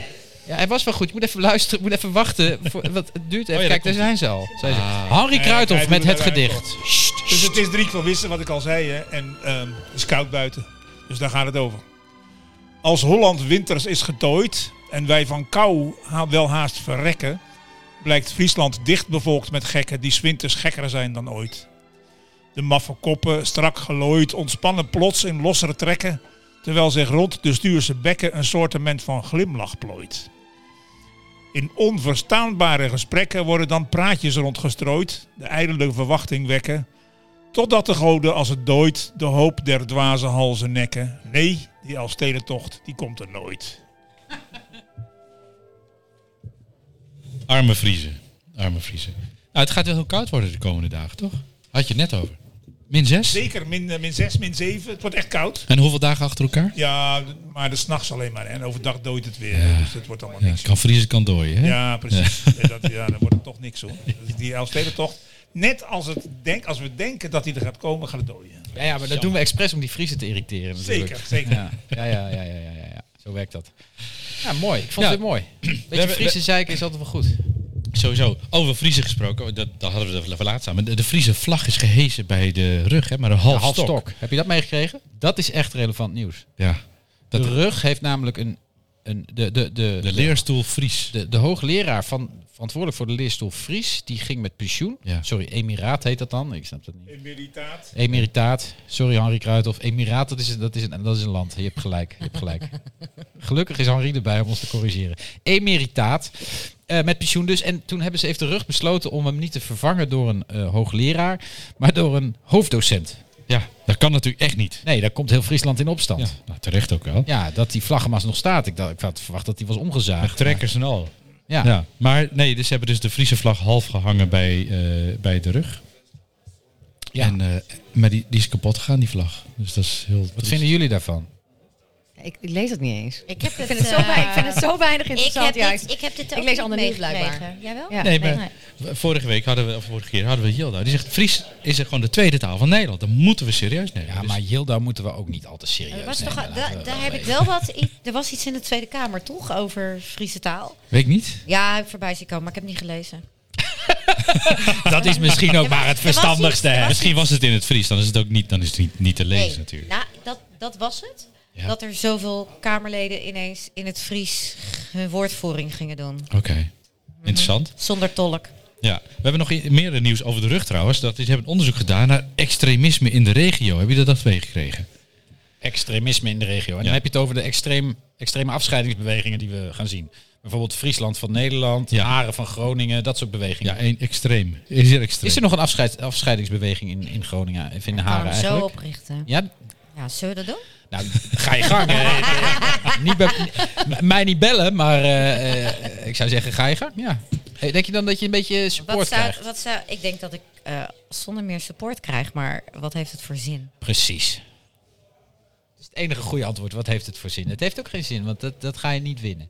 Ja, hij was wel goed. Je moet even luisteren, je moet even wachten. Voor, wat, het duurt even. daar Kijk, daar zijn ze al. Zijn ze. Henri Ja, Kruithof kijk met hoe het het eruit gedicht. Sst, Dus sst. het is drie kwam wissen, wat ik al zei. Hè. En ehm, het is koud buiten. Dus daar gaat het over. Als Holland winters is getooid en wij van kou ha- wel haast verrekken, blijkt Friesland dichtbevolkt met gekken die 's winters gekker zijn dan ooit. De maffe koppen, strak gelooid, ontspannen plots in lossere trekken, terwijl zich rond de stuurse bekken een soortement van glimlach plooit. In onverstaanbare gesprekken worden dan praatjes rondgestrooid, de ijdele verwachting wekken, Totdat de goden als het dooit de hoop der dwaze halzen nekken. Nee, die Elfstedentocht, die komt er nooit. Arme vriezen. Arme vriezen. Nou, het gaat wel heel koud worden de komende dagen, toch? Had je het net over. Min 6? Zeker min, eh, min 6, min 7. Het wordt echt koud. En hoeveel dagen achter elkaar? Ja, maar de s'nachts alleen maar. hè. En overdag dooit het weer. Dus het wordt allemaal Ja, niks. kan vriezen, kan dooien. Hè? Ja, precies. Ja, dat, ja dan wordt het toch niks hoor. Dus Die Elfstedentocht, net als, het denk, als we denken dat die er gaat komen, gaat het dooien. Ja, ja, maar dat doen we expres om die Friese te irriteren. Natuurlijk. Zeker, zeker. Ja, ja, ja, ja, ja, ja, ja, ja. Zo werkt dat. Ja, mooi. Ik vond Ja. het mooi. Beetje hebben- Friese zeiken is altijd wel goed. Sowieso. Over vriezen gesproken, oh, dat, dat hadden we er wel laatst aan. Maar de, de Friese vlag is gehezen bij de rug, hè, maar een half, Halfstok. stok. Heb je dat meegekregen? Dat is echt relevant nieuws. Ja. Dat, De de, rug heeft namelijk een... een de, de, de, leerstoel Fries. de, de hoogleraar van, verantwoordelijk voor de leerstoel Fries, die ging met pensioen. Ja. Sorry, emiraat heet dat dan. Ik snap dat niet. Emeritaat. Emeritaat. Sorry, Henri Kruithof. Emiraat, dat is, dat, is een, dat is een land. Je hebt gelijk. Je hebt gelijk. Gelukkig is Henri erbij om ons te corrigeren. Emeritaat. eh, met pensioen dus. En toen hebben ze even de rug besloten om hem niet te vervangen door een eh, hoogleraar, maar door een hoofddocent. ja, dat kan natuurlijk echt niet. Nee, daar komt heel Friesland in Ja, opstand. nou, terecht ook wel. Ja, dat die vlaggenmast nog staat. Ik, dacht, ik had verwacht dat die was omgezaagd. Met trekkers en al. Ja. Ja, maar nee, dus ze hebben dus de Friese vlag half gehangen bij, eh, bij de rug. Ja. En, eh, maar die, die is kapot gegaan, die vlag. Dus dat is heel... Wat vinden jullie daarvan? Ik, ik lees het niet eens. Ik heb het, Ik vind, het zo, eh, wei- ik vind het zo weinig ik interessant heb, juist. dit, ik heb dit ook Ik lees niet ander nieuws meegekregen. blijkbaar. Jawel? Ja. Nee, maar Nee. vorige week hadden we, of vorige keer hadden we Hilda. Die zegt, Fries is er gewoon de tweede taal van Nederland. Dat moeten we serieus nemen. Ja, Dus- maar Jilda moeten we ook niet al te Er serieus was nemen. toch, Laten da- we daar wel heb ik even- wel wat. i- Er was iets in de Tweede Kamer, toch? Over Friese taal. Weet ik niet. Ja, heb ik voorbij zien komen, maar ik heb het niet gelezen. Dat is misschien ook maar het er was iets- verstandigste. er was misschien was het in het Fries. Dan is het ook niet, dan is het niet, niet te lezen natuurlijk. Nou, dat, dat was het. Ja. Dat er zoveel Kamerleden ineens in het Fries hun woordvoering gingen doen. Oké, interessant. Zonder tolk. Ja, we hebben nog i- meer nieuws over de rug trouwens. Dat is, hebben een onderzoek gedaan naar extremisme in de regio. Heb je dat dat meegekregen? extremisme in de regio. En Ja. dan heb je het over de extreem, extreme afscheidingsbewegingen die we gaan zien. Bijvoorbeeld Friesland van Nederland, Ja. Haren van Groningen, dat soort bewegingen. Ja, één extreem. Is er extreem? Is er nog een afscheid, afscheidingsbeweging in, in Groningen, of in Kan Haren hem eigenlijk? zo oprichten. Ja, Ja, zullen we dat doen? nou, ga je gang. hè. niet bij, m- mij niet bellen, maar eh, eh, ik zou zeggen, ga je gang. Ja. Hey, denk je dan dat je een beetje Wat support zou, krijgt? wat zou, ik denk dat ik eh, zonder meer support krijg, maar wat heeft het voor zin? Precies. Dat is het enige goede antwoord. Wat heeft het voor zin? Het heeft ook geen zin, want dat, dat ga je niet winnen.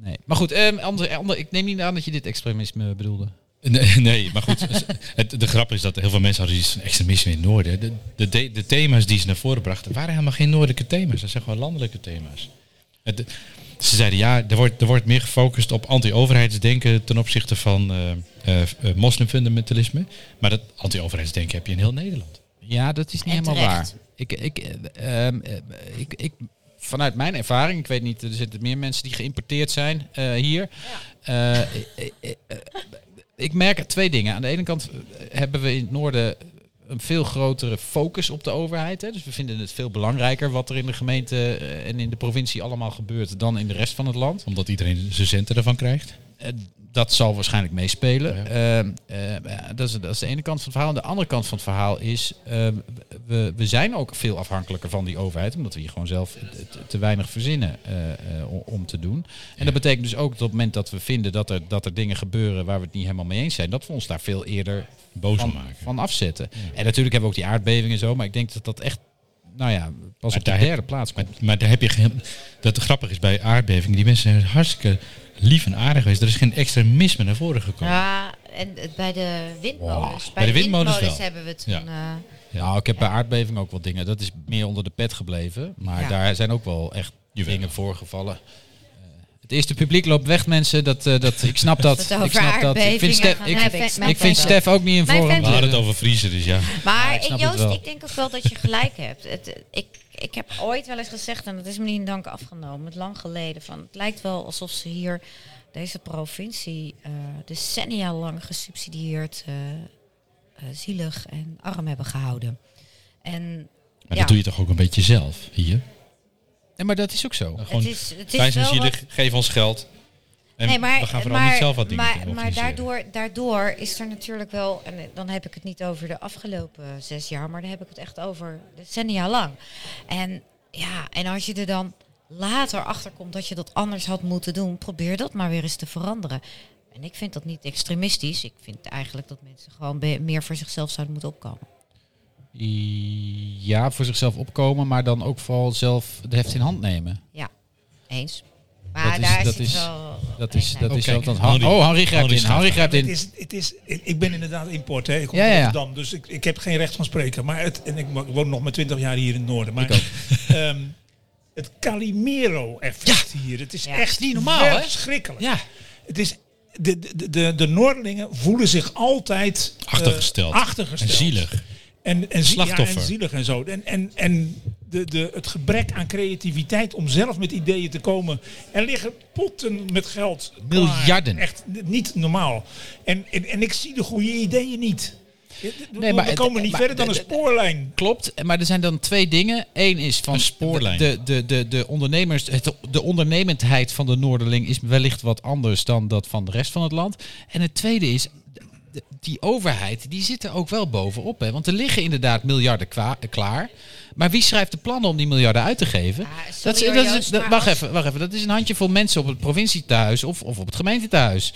Nee. Maar goed, ehm ander, ander, ik neem niet aan dat je dit extremisme bedoelde. Nee, nee, maar goed. Het, de grap is dat heel veel mensen hadden iets van extremisme in het noorden. De, de, de, de thema's die ze naar voren brachten waren helemaal geen noordelijke thema's. Dat zijn gewoon landelijke thema's. Het, ze zeiden ja, er wordt, er wordt meer gefocust op anti-overheidsdenken ten opzichte van eh eh, eh, moslimfundamentalisme. Maar dat anti-overheidsdenken heb je in heel Nederland. Ja, dat is niet En helemaal terecht. waar. Ik, ik, eh, ehm, eh, ik, ik, vanuit mijn ervaring, ik weet niet, er zitten meer mensen die geïmporteerd zijn eh, hier. Eh, eh, eh, eh, ik merk twee dingen. Aan de ene kant eh, hebben we in het noorden een veel grotere focus op de overheid. Hè. Dus we vinden het veel belangrijker wat er in de gemeente eh, en in de provincie allemaal gebeurt dan in de rest van het land. Omdat iedereen zijn centen ervan krijgt. Eh, dat zal waarschijnlijk meespelen. Ehm, ehm, ja, dat, is, dat is de ene kant van het verhaal. En de andere kant van het verhaal is, ehm, we, we zijn ook veel afhankelijker van die overheid, omdat we hier gewoon zelf te, te weinig verzinnen eh, eh, o- om te doen. En dat betekent dus ook dat op het moment dat we vinden dat er, dat er dingen gebeuren waar we het niet helemaal mee eens zijn, dat we ons daar veel eerder Boos om van, maken. van afzetten. En natuurlijk hebben we ook die aardbevingen en zo, maar ik denk dat dat echt, nou ja, pas Maar op de daar heb- derde plaats Maar, komt. maar daar heb je geen. Dat grappig is bij aardbevingen. Die mensen zijn hartstikke lief en aardig geweest. Er is geen extremisme naar voren gekomen. Ja, en het- bij de windmolens. Bij de windmolens wel. hebben we toen... eh, Nou, ik heb bij aardbeving ook wat dingen. Dat is meer onder de pet gebleven. Maar Ja. daar zijn ook wel echt Jawel. dingen voorgevallen. Eh, het eerste publiek loopt weg, mensen. Dat, eh, dat, ik snap dat. Dat over ik snap dat. Ik vind, aardbevingen Stef, gaan ik, hebben. ik Mijn vind fan- Stef ook niet in Mijn vorm. fan- We hadden het over vriezen, dus ja. Ja, Maar eh, ik snap het Joost, wel. ik denk ook wel dat je gelijk hebt. Het, ik, ik heb ooit wel eens gezegd, en dat is me niet in dank afgenomen, het lang geleden, van het lijkt wel alsof ze hier deze provincie eh, decennia lang gesubsidieerd eh, eh, zielig en arm hebben gehouden. En Maar ja, dat doe je toch ook een beetje zelf hier? Nee, maar dat is ook zo. Gewoon, is- het is wij zijn wel wat- zielig, geef ons geld. En nee, maar, we gaan vooral maar, niet zelf wat dingen maar, organiseren. maar daardoor, daardoor is er natuurlijk wel, en eh, dan heb ik het niet over de afgelopen zes jaar, maar dan heb ik het echt over decennia lang. En ja, en als je er dan later achter komt dat je dat anders had moeten doen, probeer dat maar weer eens te veranderen. En ik vind dat niet extremistisch. Ik vind eigenlijk dat mensen gewoon be- meer voor zichzelf zouden moeten opkomen. Ja, voor zichzelf opkomen, maar dan ook vooral zelf de heft in hand nemen. Ja, eens. Maar Dat is- daar dat zit is- wel. Dat is, dat Oh, is kijk, zo. Dat Henri- oh, Henri grijpt Henri in. staat Henri grijpt Het in. is, het is, ik ik ben inderdaad import, hè. ik kom Ja, uit ja. Rotterdam, dus ik, ik heb geen recht van spreken. Maar het, en ik wo- woon nog maar twintig jaar hier in het noorden. Maar, ehm, het Calimero-effect hier, het is Ja. echt niet normaal, hè? verschrikkelijk. Ja. Het is, de, de, de, de Noorderlingen voelen zich altijd... eh, Achtergesteld. achtergesteld. En zielig. En, en, zie- Slachtoffer. Ja, en zielig en zo. En, en, en de, de, het gebrek aan creativiteit om zelf met ideeën te komen. Er liggen potten met geld. klaar. Miljarden. Echt niet normaal. En, en, en ik zie de goede ideeën niet. Nee, Nee, maar maar, we komen het- niet maar- verder dan een spoorlijn. Klopt, maar er zijn dan twee dingen. Eén is van Een spoorlijn. De, de, de, de, ondernemers, het, de ondernemendheid van de Noorderling is wellicht wat anders dan dat van de rest van het land. En het tweede is, de- die overheid die zit er ook wel bovenop. Hè? Want er liggen inderdaad miljarden kwa- klaar. Maar wie schrijft de plannen om die miljarden uit te geven? Ah, sorry dat is, hoor, dat is, Joost, dat- maar wacht, als- even, wacht even, dat is een handjevol mensen op het provincietehuis of, of op het gemeentetehuis.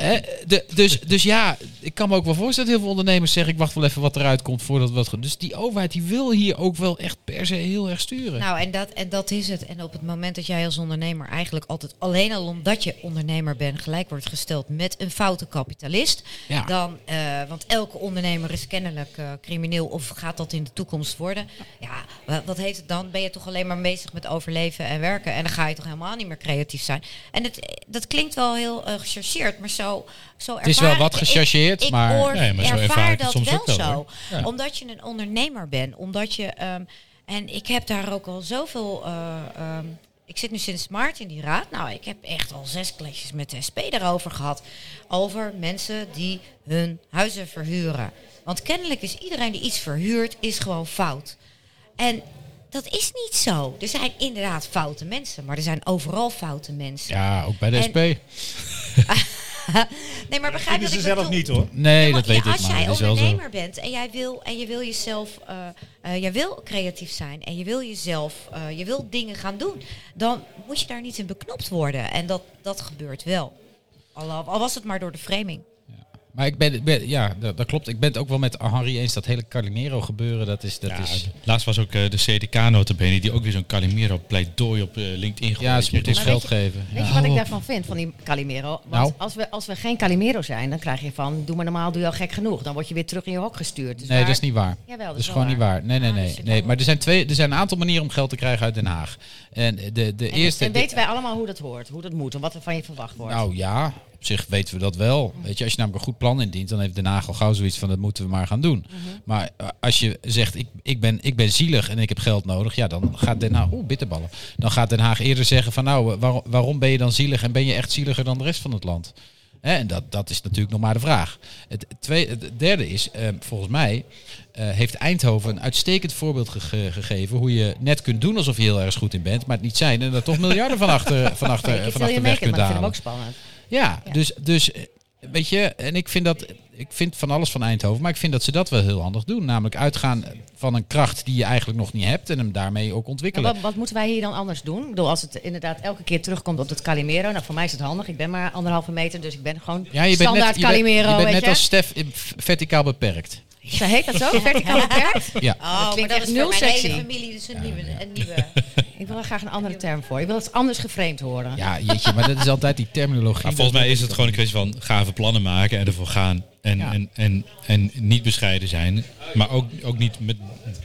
Eh, de, dus, dus ja, ik kan me ook wel voorstellen dat heel veel ondernemers zeggen: ik wacht wel even wat eruit komt voordat we wat gaan. Dus die overheid die wil hier ook wel echt per se heel erg sturen. Nou, en dat, en dat is het. En op het moment dat jij als ondernemer eigenlijk altijd alleen al omdat je ondernemer bent gelijk wordt gesteld met een foute kapitalist. Ja. Dan, eh, want elke ondernemer is kennelijk eh, crimineel of gaat dat in de toekomst worden. Ja, wa- wat heeft het dan? Ben je toch alleen maar bezig met overleven en werken en dan ga je toch helemaal niet meer creatief zijn. En het, dat klinkt wel heel eh, gechargeerd, maar zo, zo is ervaar wel wat ik- ik- gechargeerd, ik maar- hoor- Nee, maar zo ervaar ik het dat soms wel ook wel, zo. hoor. Ja. Omdat je een ondernemer bent. Omdat je. ehm, en ik heb daar ook al zoveel. eh, ehm, ik zit nu sinds maart in die raad. Nou, ik heb echt al zes clashes met de SP daarover gehad. Over mensen die hun huizen verhuren. Want kennelijk is iedereen die iets verhuurt, is gewoon fout. En dat is niet zo. Er zijn inderdaad foute mensen, maar er zijn overal foute eh. mensen. ja, ook bij de en- SP. Nee, maar begrijp Vinden dat ze ik zelf bedoel? niet hoor. Nee, Ja, dat maar weet ja, ik, maar Als dat is jij wel zo. ondernemer bent en jij wil, en je wil jezelf, eh, eh, jij wil creatief zijn en je wil jezelf, eh, je wil dingen gaan doen, dan moet je daar niet in beknopt worden. En dat, dat gebeurt wel. Al, al was het maar door de Oh, framing. Maar ik ben, ik ben- ja, dat, dat klopt. Ik ben het ook wel met Henri eens dat hele Calimero gebeuren. Dat is, dat Ja, is Laatst was ook eh, de CDK-notabene die ook weer zo'n Calimero pleidooi op eh, LinkedIn gooide. ja, ze moeten ons Maar geld weet geven. Weet je Ja. wat ik daarvan vind, van die Calimero? Want Nou. als, we, als we geen Calimero zijn, dan krijg je van... doe maar normaal, doe je al gek genoeg. Dan word je weer terug in je hok gestuurd. Dus Nee, waar- dat is niet waar. Jawel, dat is gewoon niet waar. Nee, nee, Ah, nee. dus ik nee. kan- Maar er zijn, twee, er zijn een aantal manieren om geld te krijgen uit Den Haag. En de, de En, eerste. en weten wij allemaal hoe dat hoort, hoe dat moet... en wat er van je verwacht wordt. Nou ja, op zich weten we dat wel. Weet je, als je namelijk een goed plan indient, dan heeft Den Haag al gauw zoiets van dat moeten we maar gaan doen. Maar eh, als je zegt ik, ik, ben, ik ben zielig en ik heb geld nodig, ja, dan gaat Den Haag. Oeh, bitterballen. Dan gaat Den Haag eerder zeggen van nou, eh, waarom, waarom ben je dan zielig en ben je echt zieliger dan de rest van het land? Hè, En dat, dat is natuurlijk nog maar de vraag. Het, twee, het derde is, eh, volgens mij eh, heeft Eindhoven een uitstekend voorbeeld gege- gegeven hoe je net kunt doen alsof je heel erg goed in bent, maar het niet zijn en er toch miljarden van achter, van achter, ik van wil je achter eh, weg meekijken, maar kunt ik vind halen. hem ook spannend. Ja, Ja. Dus, dus eh, weet je, en ik vind dat. Ik vind van alles van Eindhoven, maar ik vind dat ze dat wel heel handig doen. Namelijk uitgaan van een kracht die je eigenlijk nog niet hebt en hem daarmee ook Maar ontwikkelen. wat, wat moeten wij hier dan anders doen? Ik bedoel, als het inderdaad elke keer terugkomt op dat Calimero... nou, voor mij is het handig. Ik ben maar anderhalve meter, dus ik ben gewoon Ja, je bent standaard net, je bent, Calimero. je bent weet net je? als Stef eh, v- verticaal beperkt. Ze heet dat zo? Verticale pers? Ja. dat Oh, maar klinkt dat echt is nul voor mijn sexy. hele familie dus een nieuwe. Een nieuwe. Ik wil er graag een andere term voor. Ik wil het anders geframed horen. Ja, jeetje, maar dat is altijd die terminologie. Maar Nou, volgens mij is het gewoon een kwestie van gave plannen maken en ervoor gaan. En, en, en, en niet bescheiden zijn. Maar ook, ook niet met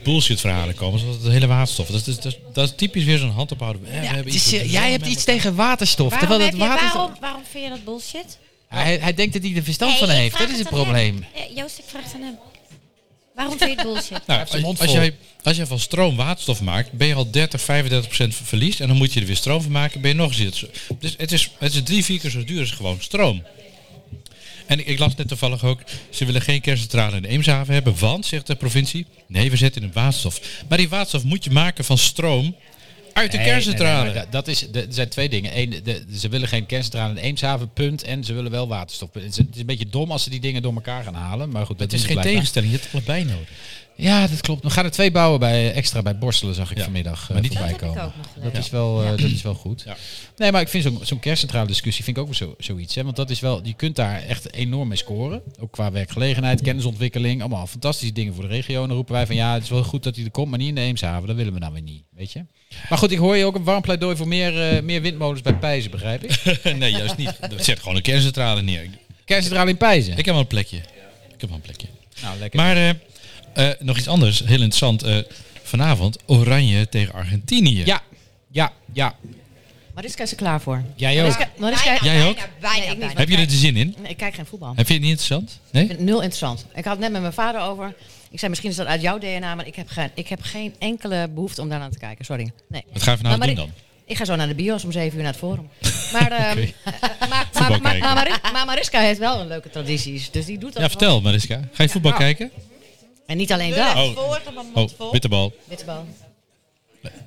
bullshit verhalen komen. Zoals het hele waterstof. Dat is, dat is, dat is typisch weer zo'n hand ophouden. Eh, we Ja, hebben het iets is, met eh, de jij zon, hebt maar- iets tegen waterstof. Waarom, terwijl heb het je, waterstof waarom, waarom vind je dat bullshit? Hij, hij denkt dat hij er verstand Nee, van ik heeft. vraag Dat is het aan probleem. hem. Eh, Joost, ik vraag het aan hem. Waarom vind je het bullshit? Nou, Hij heeft zijn mond als, als vol. jij, als jij van stroom waterstof maakt, ben je al 30, 35 procent verlies. En dan moet je er weer stroom van maken, ben je nog eens. iets. Dus het is, het is drie, vier keer zo duur als gewoon stroom. En ik, ik las net toevallig ook, ze willen geen kerncentrale in de Eemshaven hebben, want, zegt de provincie, nee, we zetten in waterstof. Maar die waterstof moet je maken van stroom uit de Nee, nee, kerncentrale. nee, maar da- dat is, de- er zijn twee dingen. Eén, de, ze willen geen kerncentrale in Eemshaven, punt. En ze willen wel waterstof. punt. Het is, het is een beetje dom als ze die dingen door elkaar gaan halen. Maar goed, dat het is doen geen ze blijkbaar. tegenstelling, je hebt allebei nodig. Ja, dat klopt. We gaan er twee bouwen bij, extra bij Borstelen, zag ik Ja, vanmiddag. maar Maar niet- niet Dat voorbij heb ik komen. ook nog gelezen. dat, is wel, eh, dat is wel goed. Ja. Nee, maar ik vind zo'n zo'n kerncentrale discussie vind ik ook wel zo, zoiets. Hè? Want dat is wel, je kunt daar echt enorm mee scoren. Ook qua werkgelegenheid, kennisontwikkeling. Allemaal fantastische dingen voor de regio. En dan roepen wij van ja, het is wel goed dat hij er komt, maar niet in de Eemshaven. Dat willen we nou weer niet. Weet je? Maar goed, ik hoor je ook een warm pleidooi voor meer, eh, meer windmolens bij Pijzen, begrijp ik. nee, juist niet. Zet gewoon een kerncentrale neer. Ik, Kerncentrale in Pijzen. ik heb wel een plekje. Ik heb wel een plekje. nou, lekker. Maar eh, eh, nog iets anders, heel interessant. eh, vanavond Oranje tegen Argentinië. ja, ja, ja. Mariska is er klaar voor. Jij ook. Mariska, Mariska- Bijna, Jij ook? bijna, Bijna, Nee, ik niet. bijna. Heb je er de zin in? Nee, ik kijk geen voetbal. Heb je het niet interessant? Nee? Ik vind het nul interessant. Ik had het net met mijn vader over. Ik zei, misschien is dat uit jouw DNA, maar ik heb geen, ik heb geen enkele behoefte om daaraan te kijken. Sorry. Nee. Wat ga je vanavond Maar doen Mari- dan? Ik ga zo naar de bios om zeven uur naar het forum. Maar, ehm, Oké. eh, maar, maar, Voetbal maar- kijken. maar Mari- maar Mariska heeft wel een leuke tradities. Dus die doet dat Ja, wel. vertel Mariska. Ga je voetbal nou. kijken? En niet alleen dat. Oh. Oh, bitterbal. Wittebal.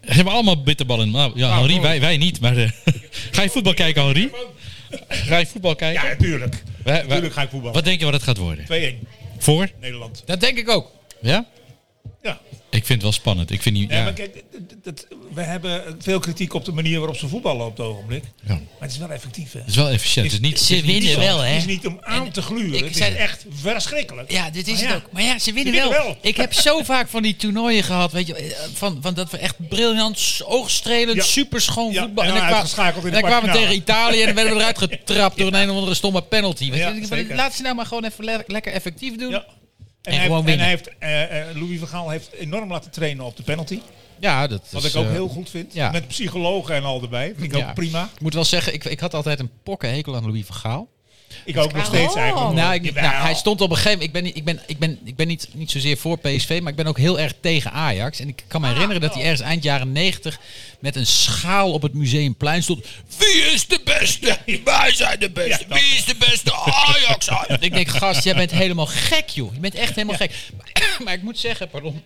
Ze hebben allemaal bitterbal in. Nou, Oh, ja, Henri, wij, wij niet. Maar eh, ga je voetbal kijken, Henri? Ga je voetbal kijken? Ja, natuurlijk. Wij- wij- Natuurlijk ga ik voetballen. Wat denk je wat het gaat worden? 2-1 Voor? Nederland. Dat denk ik ook. Ja? Ja. Ik vind het wel spannend. Ik vind die, Nee, ja. maar kijk, d- d- dat, we hebben veel kritiek op de manier waarop ze voetballen op het ogenblik. Ja. Maar het is wel effectief. Hè? Het is wel efficiënt. Het is niet, Ze het is niet winnen zo. wel, Het is hè? niet om aan te gluren. ik het zei- is echt verschrikkelijk. Ja, dit is Maar het Ah, ja, ook. Maar ja, ze winnen, winnen wel. wel. Ik heb zo vaak van die toernooien gehad, weet je, eh, van, van dat we echt briljant, oogstrelend, Ja. superschoon Ja, voetbal. en dan kwa- uitgeschakeld in en de dan kwamen we tegen kwartfinale. Italië en dan werden we eruit getrapt door een, een of andere stomme penalty. Weet je. Ja, Ik denk van, zeker. laat ze nou maar gewoon even le- lekker effectief doen. Ja. En, En hij gewoon heeft, en hij heeft, eh, eh, Louis van Gaal heeft enorm laten trainen op de penalty. Ja, dat is... Wat ik ook eh, heel goed vind. ja. Met psychologen en al erbij. Vind ik Ja. ook prima. Ik moet wel zeggen, ik, ik had altijd een pokkenhekel aan Louis van Gaal. Ik ook nog steeds Oh. eigenlijk. Nou, ik, nou, Oh, Jawel. hij stond op een gegeven moment... Ik ben, niet- ik ben, ik ben, ik ben niet, niet zozeer voor PSV, maar ik ben ook heel erg tegen Ajax. En ik kan me Ah, herinneren dat hij oh. ergens eind jaren 90 met een schaal op het museumplein stond. Wie is de beste? Wij zijn de beste. Ja, dat- Wie is de beste? Ajax, Ajax. Ik denk, gast, jij bent helemaal gek, joh. Je bent echt helemaal gek. Maar, maar ik moet zeggen, pardon,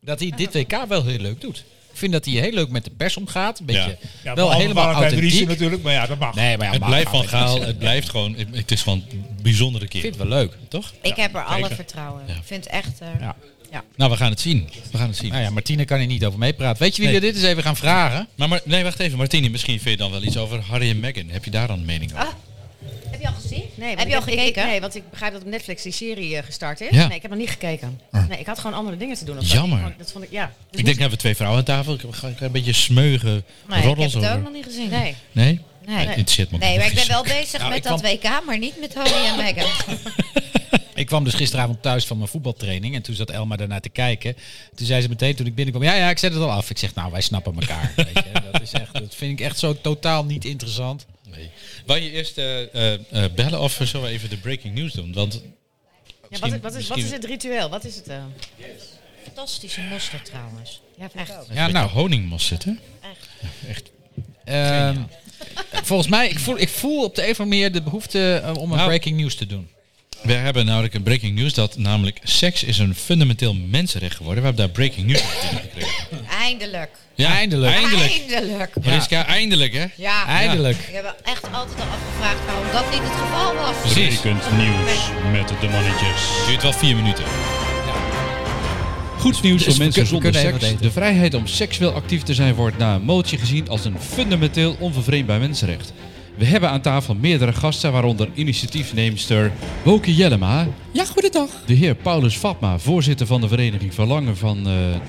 dat hij dit WK wel heel leuk doet. Ik vind dat hij heel leuk met de pers omgaat. Een beetje, Ja, wel behalve helemaal Valentijn Driessen authentiek. natuurlijk. Maar ja, dat mag. Nee, maar ja, Het maar- blijft van maar- Gaal. Het blijft gewoon... Het is gewoon een bijzondere Ik keer. vind het wel leuk. Toch? Ik heb er alle zeker. vertrouwen in. Ik vind het echt... eh, Ja. Nou, we gaan het zien. We gaan het zien. Nou ja, Martine kan hier niet over meepraten. Weet je wie Nee. we dit eens even gaan vragen? Maar, maar nee, wacht even, Martini, misschien vind je dan wel iets over Harry en Meghan. Heb je daar dan een mening over? Heb je al gezien? Nee, want heb je al ik- ik- gekeken? nee, want ik begrijp dat op Netflix die serie eh, gestart is. Ja. Ah. Nee, ik heb nog niet gekeken. Nee, ik had gewoon andere dingen te doen. op dat. Jammer. Ik vond- Dat vond ik, ja. Dus ik denk, hebben we twee vrouwen aan tafel. Ik ga ik ga een beetje smeugen Nee, ik heb roddels het ook over. nog niet gezien. nee. Nee? Nee. Het interesseert me ook Nee, niet. maar ik ben wel bezig Nou, met ik dat WK, maar niet met Harry en Meghan. Ik kwam dus gisteravond thuis van mijn voetbaltraining. En toen zat Elma daarnaar te kijken. Toen zei ze meteen toen ik binnenkwam. Ja, ja, ik zet het al af. Ik zeg, nou, wij snappen elkaar. Weet je? Dat, is echt, dat vind ik echt zo totaal niet interessant. Nee. Wou je eerst eh, eh, eh, bellen of zullen we even de breaking news doen? Want Ja, wat, Misschien- wat, is, wat misschien- is het ritueel? Wat is het? eh? Fantastische mosterd trouwens. Ja, vind ik ook. Ja, nou, nou. honing moest zitten. ehm, volgens mij, ik voel, ik voel op de een of andere manier de behoefte eh, om een Nou. breaking news te doen. We hebben namelijk een breaking news dat namelijk seks is een fundamenteel mensenrecht geworden. We hebben daar breaking news over gekregen. Eindelijk. Ja, Eindelijk. Eindelijk. Eindelijk. Mariska, eindelijk hè? Ja. Eindelijk. Ik heb me echt altijd al afgevraagd waarom dat niet het geval was. Precies. nieuws met de mannetjes. Duurt wel vier minuten. Goed nieuws Dus voor we mensen kun- we zonder kunnen even wat seks. eten. De vrijheid om seksueel actief te zijn wordt na een motie gezien als een fundamenteel onvervreemdbaar mensenrecht. We hebben aan tafel meerdere gasten, waaronder initiatiefneemster Woke Jellema. Ja, goedendag. De heer Paulus Vatma, voorzitter van de Vereniging Verlangen van eh, eh,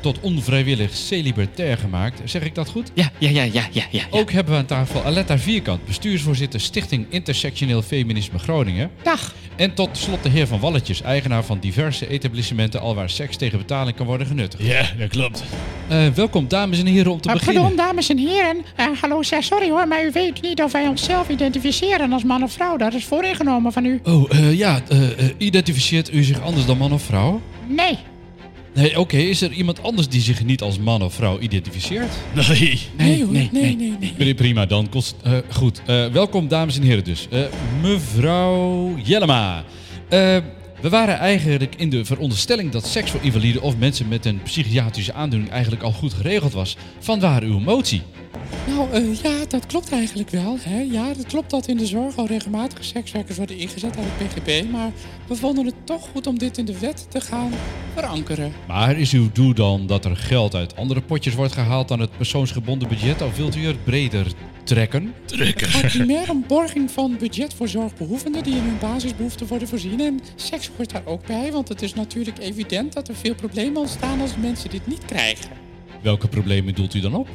tot onvrijwillig celibatair gemaakt. Zeg ik dat goed? Ja, ja, ja, ja, ja, ja. Ook hebben we aan tafel Aletta Vierkant, bestuursvoorzitter Stichting Intersectioneel Feminisme Groningen. Dag. En tot slot de heer Van Walletjes, eigenaar van diverse etablissementen alwaar seks tegen betaling kan worden genuttigd. Ja, dat klopt. Eh, welkom dames en heren om te Eh, beginnen. pardon, dames en heren. Eh, hallo, zeg sorry hoor, maar u weet niet of wij onszelf identificeren als man of vrouw. Dat is vooringenomen van u. Oh, eh, ja, eh, eh, identificeert u zich anders dan man of vrouw? Nee, Nee, oké, is er iemand anders die zich niet als man of vrouw identificeert? Nee. nee, nee, nee, nee, nee, Pri- Prima, dan kost... eh, goed, Eh, welkom dames en heren dus. Eh, mevrouw Jellema. Eh, we waren eigenlijk in de veronderstelling dat seks voor invaliden of mensen met een psychiatrische aandoening eigenlijk al goed geregeld was. Vanwaar uw motie? Nou, eh, ja, dat klopt eigenlijk wel. Hè? Ja, dat klopt dat in de zorg al regelmatig sekswerkers worden ingezet aan het PGB. Maar we vonden het toch goed om dit in de wet te gaan verankeren. Maar is uw doel dan dat er geld uit andere potjes wordt gehaald dan het persoonsgebonden budget of wilt u het breder trekken? Het gaat primair om borging van budget voor zorgbehoevenden die in hun basisbehoeften worden voorzien. En seks hoort daar ook bij, want het is natuurlijk evident dat er veel problemen ontstaan als mensen dit niet krijgen. Welke problemen doelt u dan op?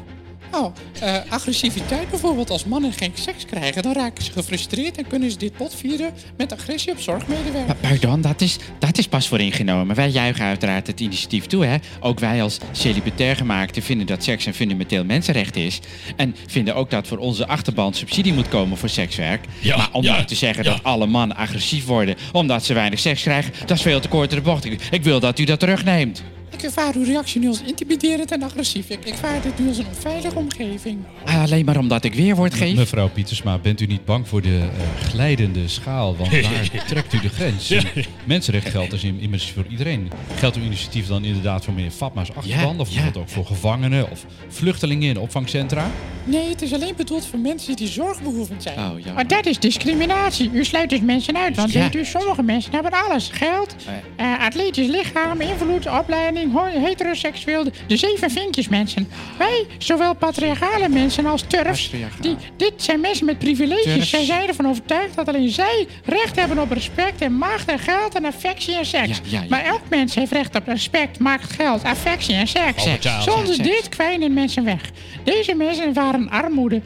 Nou, eh, agressiviteit bijvoorbeeld. Als mannen geen seks krijgen, dan raken ze gefrustreerd en kunnen ze dit potvieren met agressie op zorgmedewerkers. Pardon, dat is, dat is pas voor ingenomen. Wij juichen uiteraard het initiatief toe, hè. Ook wij als celibatair gemaakten vinden dat seks een fundamenteel mensenrecht is. En vinden ook dat voor onze achterban subsidie moet komen voor sekswerk. Ja, maar om ja, nou te zeggen ja. dat alle mannen agressief worden omdat ze weinig seks krijgen, dat is veel te kort de bocht. Ik, ik wil dat u dat terugneemt. Ik ervaar uw reactie nu als intimiderend en agressief. Ik, ik vaar dit nu als een onveilige omgeving. Ah, Alleen maar omdat ik weerwoord geef. Mevrouw Pietersma, bent u niet bang voor de eh, glijdende schaal? Want daar trekt u de grens. En Mensenrecht geldt dus im- immers voor iedereen. Geldt uw initiatief dan inderdaad voor meneer Fatma's achterban? of ja, bijvoorbeeld ook voor gevangenen of vluchtelingen in opvangcentra? Nee, het is alleen bedoeld voor mensen die zorgbehoevend zijn. Oh, ja. Maar dat is discriminatie. U sluit dus mensen uit. Want Ja. Oh, weet u, sommige mensen hebben alles. Geld, eh, atletisch lichaam, invloed, opleiding, ho- heteroseksueel. De zeven vinkjes mensen. Wij, zowel patriarchale mensen als turfs. Patriarchaal. Die, dit zijn mensen met privileges. Turfs. Zij zijn ervan overtuigd dat alleen zij recht hebben op respect en macht en geld en affectie en seks. Ja, ja, ja. Maar elk mens heeft recht op respect, macht, geld, affectie en seks. Seks. Zonder Seks. dit kwijnen mensen weg. Deze mensen waren armoede,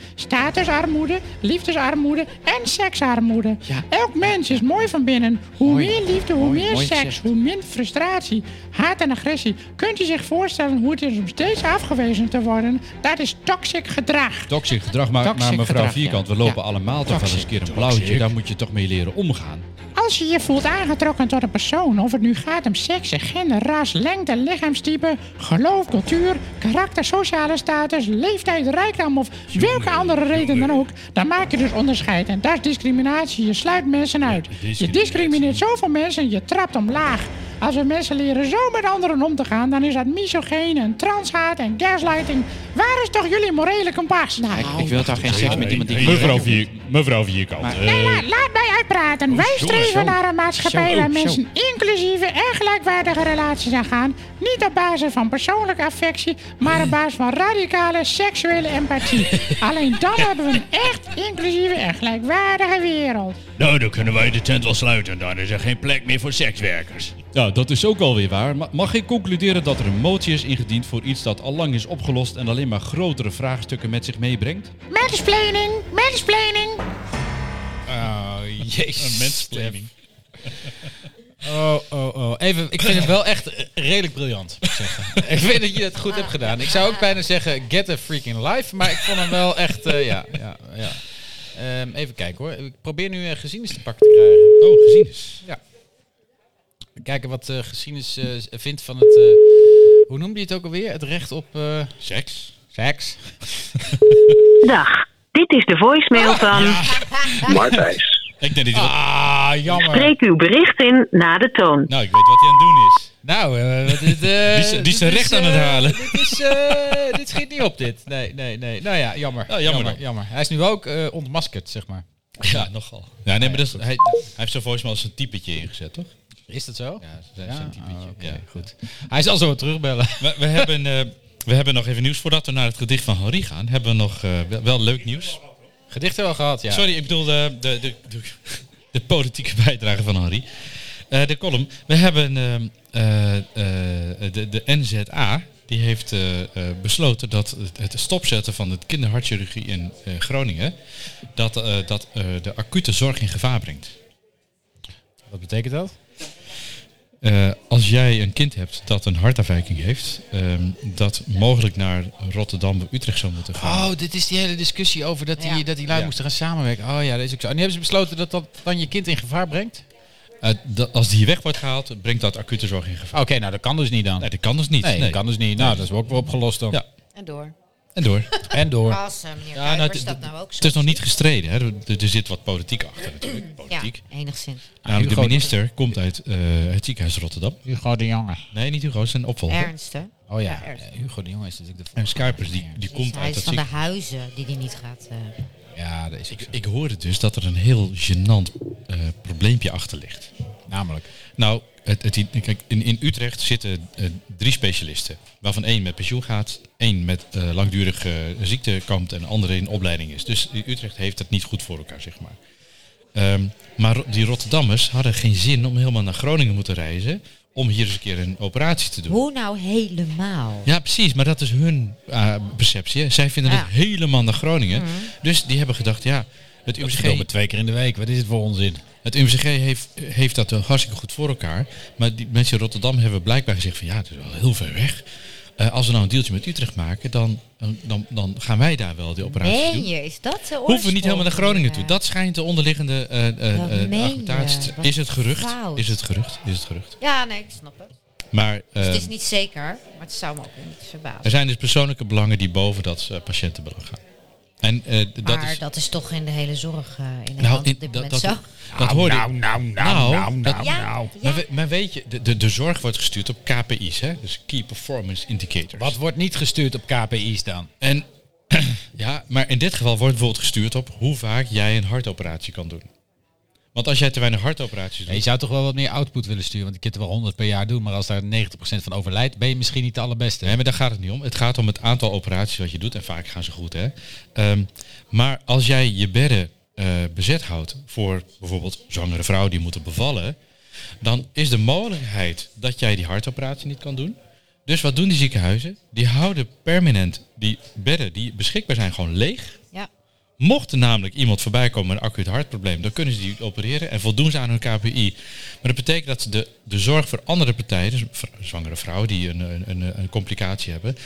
statusarmoede, liefdesarmoede en seksarmoede. Ja. Elk mens is mooi van binnen. Hoe Mooi. meer liefde, hoe Mooi, meer mooi seks, gezegd. hoe minder frustratie, haat en agressie. Kunt u zich voorstellen hoe het is om steeds afgewezen te worden? Dat is toxic gedrag. Toxic gedrag, maar, Toxic maar mevrouw gedrag, ja. Vierkant, we lopen Ja. allemaal toch wel eens een Toxic. keer een blauwtje. Daar moet je toch mee leren omgaan. Als je je voelt aangetrokken tot een persoon, of het nu gaat om seks, gender, ras, lengte, lichaamstype, geloof, cultuur, karakter, sociale status, leeftijd, rijkdom of welke andere reden dan ook, dan maak je dus onderscheid. En dat is discriminatie. Je sluit mensen uit. Je discrimineert zoveel mensen, je trapt omlaag. Als we mensen leren zo met anderen om te gaan, dan is dat misogeen en transhaat en gaslighting. Waar is toch jullie morele kompas? Ik, ik wil toch geen seks met iemand die... Mevrouw, Vier, mevrouw Vierkant. Nee, la- laat mij uitpraten. Wij streven naar een maatschappij Zo, waar zo. mensen inclusieve en gelijkwaardige relaties aan gaan. Niet op basis van persoonlijke affectie, maar op basis van radicale seksuele empathie. Alleen dan hebben we een echt inclusieve en gelijkwaardige wereld. nou, dan kunnen wij de tent wel sluiten. Dan is er geen plek meer voor sekswerkers. Ja, dat is ook alweer waar. Ma- Mag ik concluderen dat er een motie is ingediend voor iets dat al lang is opgelost en alleen maar grotere vraagstukken met zich meebrengt? Mansplaining, mansplaining. jezus. Oh, oh, oh. Even, ik vind het wel echt eh, redelijk briljant. moet ik zeggen. ik vind dat je het goed hebt gedaan. Ik zou ook bijna zeggen, get a freaking life. Maar ik vond hem wel echt, eh, ja, ja, ja. Ehm, even kijken hoor. Ik probeer nu eh, geschiedenis te pakken te krijgen. Oh, gezien is. Kijken wat eh, geschiedenis eh, z- vindt van het, eh, hoe noemde je het ook alweer? Het recht op eh, Seks. seks. Dag, dit is de Ah, voicemail van. Ik denk dat hij wat- Ah, jammer. Spreek uw bericht in na de toon. Nou, ik weet wat hij aan het doen is. Nou, eh, wat is, eh, Die is- die is dit zijn recht aan het eh, halen. Dit, is, eh, dit schiet niet op, dit. Nee, nee, nee. Nou ja, jammer. Ja, jammer jammer, dan. jammer. Hij is nu ook eh, ontmaskerd, zeg maar. Ja, nogal. Ja, nee, maar dat is, hij, hij heeft zo volgens mij als een typetje ingezet, toch? Is dat zo? Ja, zijn- zijn typetje. Oh, oké, Ja. goed. Hij zal zo weer terugbellen. We, we, hebben, eh, we hebben nog even nieuws. Voordat we naar het gedicht van Henri gaan, hebben we nog eh, wel, wel leuk nieuws. Gedichten wel gehad, ja. Sorry, ik bedoel de, de, de, de, de politieke bijdrage van Henri. Eh, de column. We hebben ehm, eh, eh, de, de NZA. Die heeft eh, eh, besloten dat het, het stopzetten van de kinderhartchirurgie in eh, Groningen... dat, eh, dat eh, de acute zorg in gevaar brengt. Wat betekent dat? Eh, als jij een kind hebt dat een hartafwijking heeft, ehm, dat mogelijk naar Rotterdam of Utrecht zou moeten gaan. Oh, dit is die hele discussie over dat die, dat die lui Ja. moesten gaan samenwerken. Oh ja, dat is ook zo. En nu hebben ze besloten dat dat dan je kind in gevaar brengt? Eh, dat- als die weg wordt gehaald, brengt dat acute zorg in gevaar. Oké, nou dat kan dus niet dan. Nee, dat kan dus niet. Nee, dat kan dus niet. Nou, dat is ook wel opgelost dan. Ja. En door. En door. En door. Als eh, meneer Ja, nou, Kuipers het- dat nou ook zo het is nog niet gestreden. Hè. Er, er zit wat politiek achter natuurlijk. Politiek. Ja, enigszins. Namelijk, de Hugo- minister komt uit eh, het ziekenhuis Rotterdam. Hugo de Jonge. Nee, niet Hugo, zijn opvolger. Ernst, hè? Oh ja, Ja, Ernst. Hugo de Jonge is natuurlijk de En Skypers, die, die komt Dus Hij uit dat is van de ziekenhuis. huizen die hij niet gaat... eh, Ja, dat is ook Ik, zo. ik hoorde dus dat er een heel gênant eh, probleempje achter ligt. Namelijk. Nou, het, het, kijk, in, in Utrecht zitten eh, drie specialisten. Waarvan één met pensioen gaat, één met eh langdurige ziekte kampt en de andere in opleiding is. Dus in Utrecht heeft dat niet goed voor elkaar, zeg maar. Ehm, maar Ro- die Rotterdammers hadden geen zin om helemaal naar Groningen moeten reizen om hier eens een keer een operatie te doen. Hoe nou helemaal? Ja, precies. Maar dat is hun eh, perceptie. hè. Zij vinden Ja. Mhm. het helemaal naar Groningen. Dus die hebben gedacht, ja, het Ik UMCG, speel me twee keer in de week. Wat is het voor onzin? het UMCG heeft, heeft dat wel hartstikke goed voor elkaar. Maar die mensen in Rotterdam hebben blijkbaar gezegd van ja, het is wel heel ver weg. Eh, als we nou een deeltje met Utrecht maken, dan, dan, dan gaan wij daar wel die operatie Meen doen. je, is dat de Hoeven we niet helemaal naar Groningen toe. oorsprong? eh. Dat schijnt de onderliggende eh eh, Wat eh, meen je? argumentatie. te- Wat Is het gerucht? fout. Is het gerucht? Is het gerucht? Ja, nee, ik snap Ehm. het. Maar Dus eh? het eh, is niet zeker, maar het zou me ook weer niet verbazen. er zijn dus persoonlijke belangen die boven dat eh, patiëntenbelang gaan. En eh, d- dat maar is. dat is toch in de hele zorg eh, in Nou, Nederland in- op dit dat- moment dat- zo. Dat Nou, hoorde ik. nou, nou, nou, Nou, nou, dat- nou, Ja. nou. Maar, we- maar weet je, de, de, de zorg wordt gestuurd op KPI's, hè? dus Key Performance Indicators. Wat wordt niet gestuurd op KPI's dan? En, ja, maar in dit geval wordt bijvoorbeeld gestuurd op hoe vaak jij een hartoperatie kan doen. Want als jij te weinig hartoperaties Ja, je doet, zou toch wel wat meer output willen sturen, want je kunt er wel 100 per jaar doen, maar als daar 90% van overlijdt, ben je misschien niet de allerbeste. nee, maar daar gaat het niet om. Het gaat om het aantal operaties wat je doet en vaak gaan ze goed. Hè? Ehm, maar als jij je bedden eh, bezet houdt voor bijvoorbeeld zwangere vrouwen die moeten bevallen, dan is de mogelijkheid dat jij die hartoperatie niet kan doen. Dus wat doen die ziekenhuizen? Die houden permanent die bedden die beschikbaar zijn gewoon leeg. Ja. Mocht er namelijk iemand voorbij komen met een acuut hartprobleem, dan kunnen ze die opereren en voldoen ze aan hun KPI. Maar dat betekent dat ze de, de zorg voor andere partijen, dus vr- zwangere vrouwen die een, een, een, een complicatie hebben,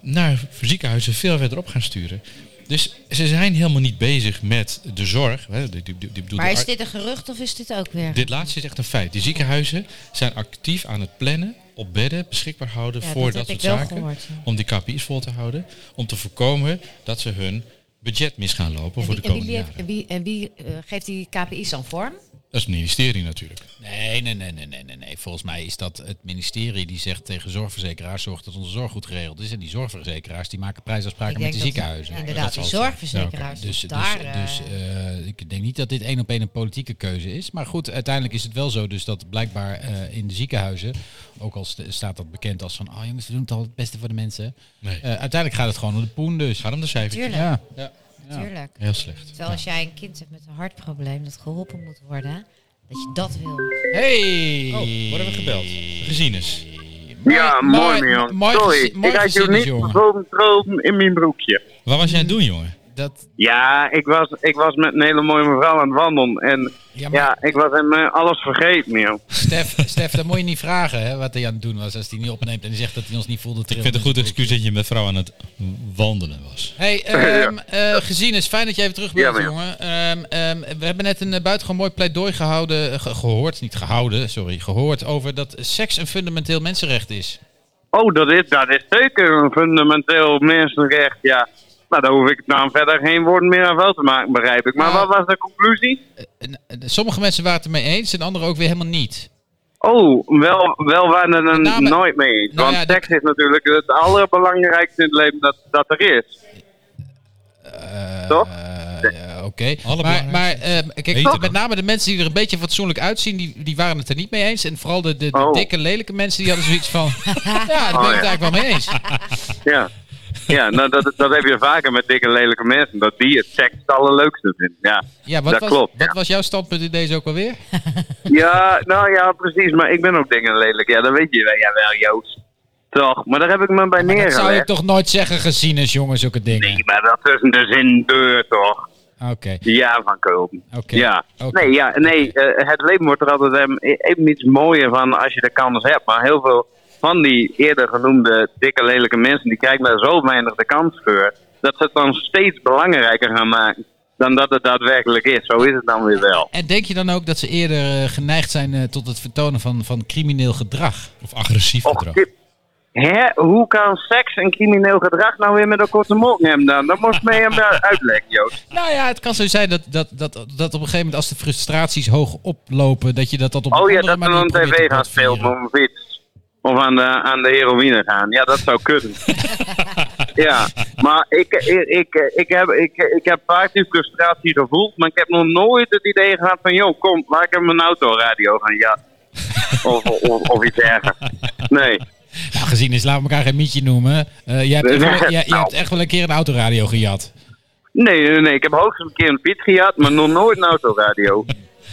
naar ziekenhuizen veel verder op gaan sturen. Dus ze zijn helemaal niet bezig met de zorg. hè, die- die- die- die bedoelt Maar de is ar- dit een gerucht of is dit ook weer? dit laatste is echt een feit. Die ziekenhuizen zijn actief aan het plannen op bedden beschikbaar houden Ja, voor dat dat, heb soort ik wel zaken. gehoord, ja. Om die KPI's vol te houden. Om te voorkomen dat ze hun budget mis gaan lopen En voor de wie, en komende wie, leert- en jaren. wie, en wie eh, geeft die KPI's dan vorm? Dat is het ministerie natuurlijk. Nee, nee, nee, nee, nee, nee, nee. Volgens mij is dat het ministerie die zegt tegen zorgverzekeraars, zorg dat onze zorg goed geregeld is. En die zorgverzekeraars die maken prijsafspraken met de dat die- ziekenhuizen. Inderdaad, zal die het zijn. zorgverzekeraars. Dus, dus dus, daar, eh, dus eh, ik denk niet dat dit één op één een politieke keuze is. Maar goed, uiteindelijk is het wel zo dus dat blijkbaar eh, in de ziekenhuizen, ook al st- staat dat bekend als van, oh jongens, we doen het al het beste voor de mensen. Nee. Eh, uiteindelijk gaat het gewoon om de poen dus. Gaat om de cijfers. tuurlijk, Ja. tuurlijk. Heel slecht. Terwijl als jij een kind hebt met een hartprobleem dat geholpen moet worden, dat je dat wil. Hey! Oh, worden we gebeld? Gezien is. Ja, mooi, man. mooi Sorry, gezien- mooi ik had je gezien, niet jongen. droom, droom in mijn broekje. Wat was jij aan het doen, jongen? Dat, Ja, ik was, ik was met een hele mooie mevrouw aan het wandelen. En ja, ja, maar ik was hem eh, alles vergeten, joh. Stef, Stef, dat moet je niet vragen hè, wat hij aan het doen was als hij niet opneemt en hij zegt dat hij ons niet voelde Ik trillen. vind het een goed excuus dat je met vrouw aan het wandelen was. Hey, ehm, eh, gezien is fijn dat jij even terug bent, Ja, maar ja. jongen. Ehm, ehm, we hebben net een eh, buitengewoon mooi pleidooi gehouden, eh, ge- gehoord, niet gehouden, sorry, gehoord over dat seks een fundamenteel mensenrecht is. Oh, dat is, dat is zeker een fundamenteel mensenrecht, ja. Nou, daar hoef ik dan verder geen woord meer aan vuil te maken, begrijp ik. Maar Nou. wat was de conclusie? En, eh, sommige mensen waren het ermee eens en anderen ook weer helemaal niet. Oh, wel, wel waren het er Met name- nooit mee eens. Nou Want ja, seks is natuurlijk het allerbelangrijkste in het leven dat, dat er is. Toch? Eh, ja, Oké, maar, Allerbelangrijkste. maar ehm, kijk, Weten. met name de mensen die er een beetje fatsoenlijk uitzien, die, die waren het er niet mee eens. En vooral de, de, de Oh. dikke, lelijke mensen, die hadden zoiets van, ja, daar ben ik het eigenlijk wel mee eens. Ja. Ja, nou, dat, dat heb je vaker met dikke lelijke mensen. Dat die het seks het allerleukste vinden. Ja, Ja, wat, dat was, klopt. wat was jouw standpunt in deze ook alweer? Ja, nou ja, precies. Maar ik ben ook dingen lelijk. Ja, dat weet je wel. Jawel, Joost. Toch? Maar daar heb ik me bij Dat neergelegd. zou je toch nooit zeggen gezien is, jongens, zulke dingen. Nee, maar dat tussen de zin deur, toch? Oké. Ja, van Keulen. Oké. Ja. Oké. Nee, ja, nee eh, het leven wordt er altijd eh, even iets mooier van als je de kans hebt. Maar heel veel van die eerder genoemde dikke, lelijke mensen, die kijken daar zo weinig de kans voor. Dat ze het dan steeds belangrijker gaan maken dan dat het daadwerkelijk is. Zo is het dan weer wel. En denk je dan ook dat ze eerder eh, geneigd zijn eh, tot het vertonen van, van crimineel gedrag? Of agressief gedrag? Hè? Hoe kan seks en crimineel gedrag nou weer met een korte mok hebben dan? Dat moest mij hem daar uitleggen, Joost. Nou ja, het kan zo zijn dat, dat, dat, dat op een gegeven moment als de frustraties hoog oplopen, dat je dat, dat op een Oh ja, andere dat we manier dan probeert tv te gaan spelen om een fiets. Of aan de, aan de heroïne gaan. Ja, dat zou kunnen. ja, maar ik, ik, ik, ik, heb, ik, ik heb vaak die frustratie gevoeld. Maar ik heb nog nooit het idee gehad van... joh, kom, laat ik hem een autoradio gaan ja. Of, of, of iets erger. Nee. Nou, gezien is, laten we elkaar geen mietje noemen. Eh, jij hebt, echt Nou. wel, jij, jij hebt echt wel een keer een autoradio gejat. Nee, nee, nee. Ik heb hoogstens een keer een fiets gehad, maar nog nooit een autoradio.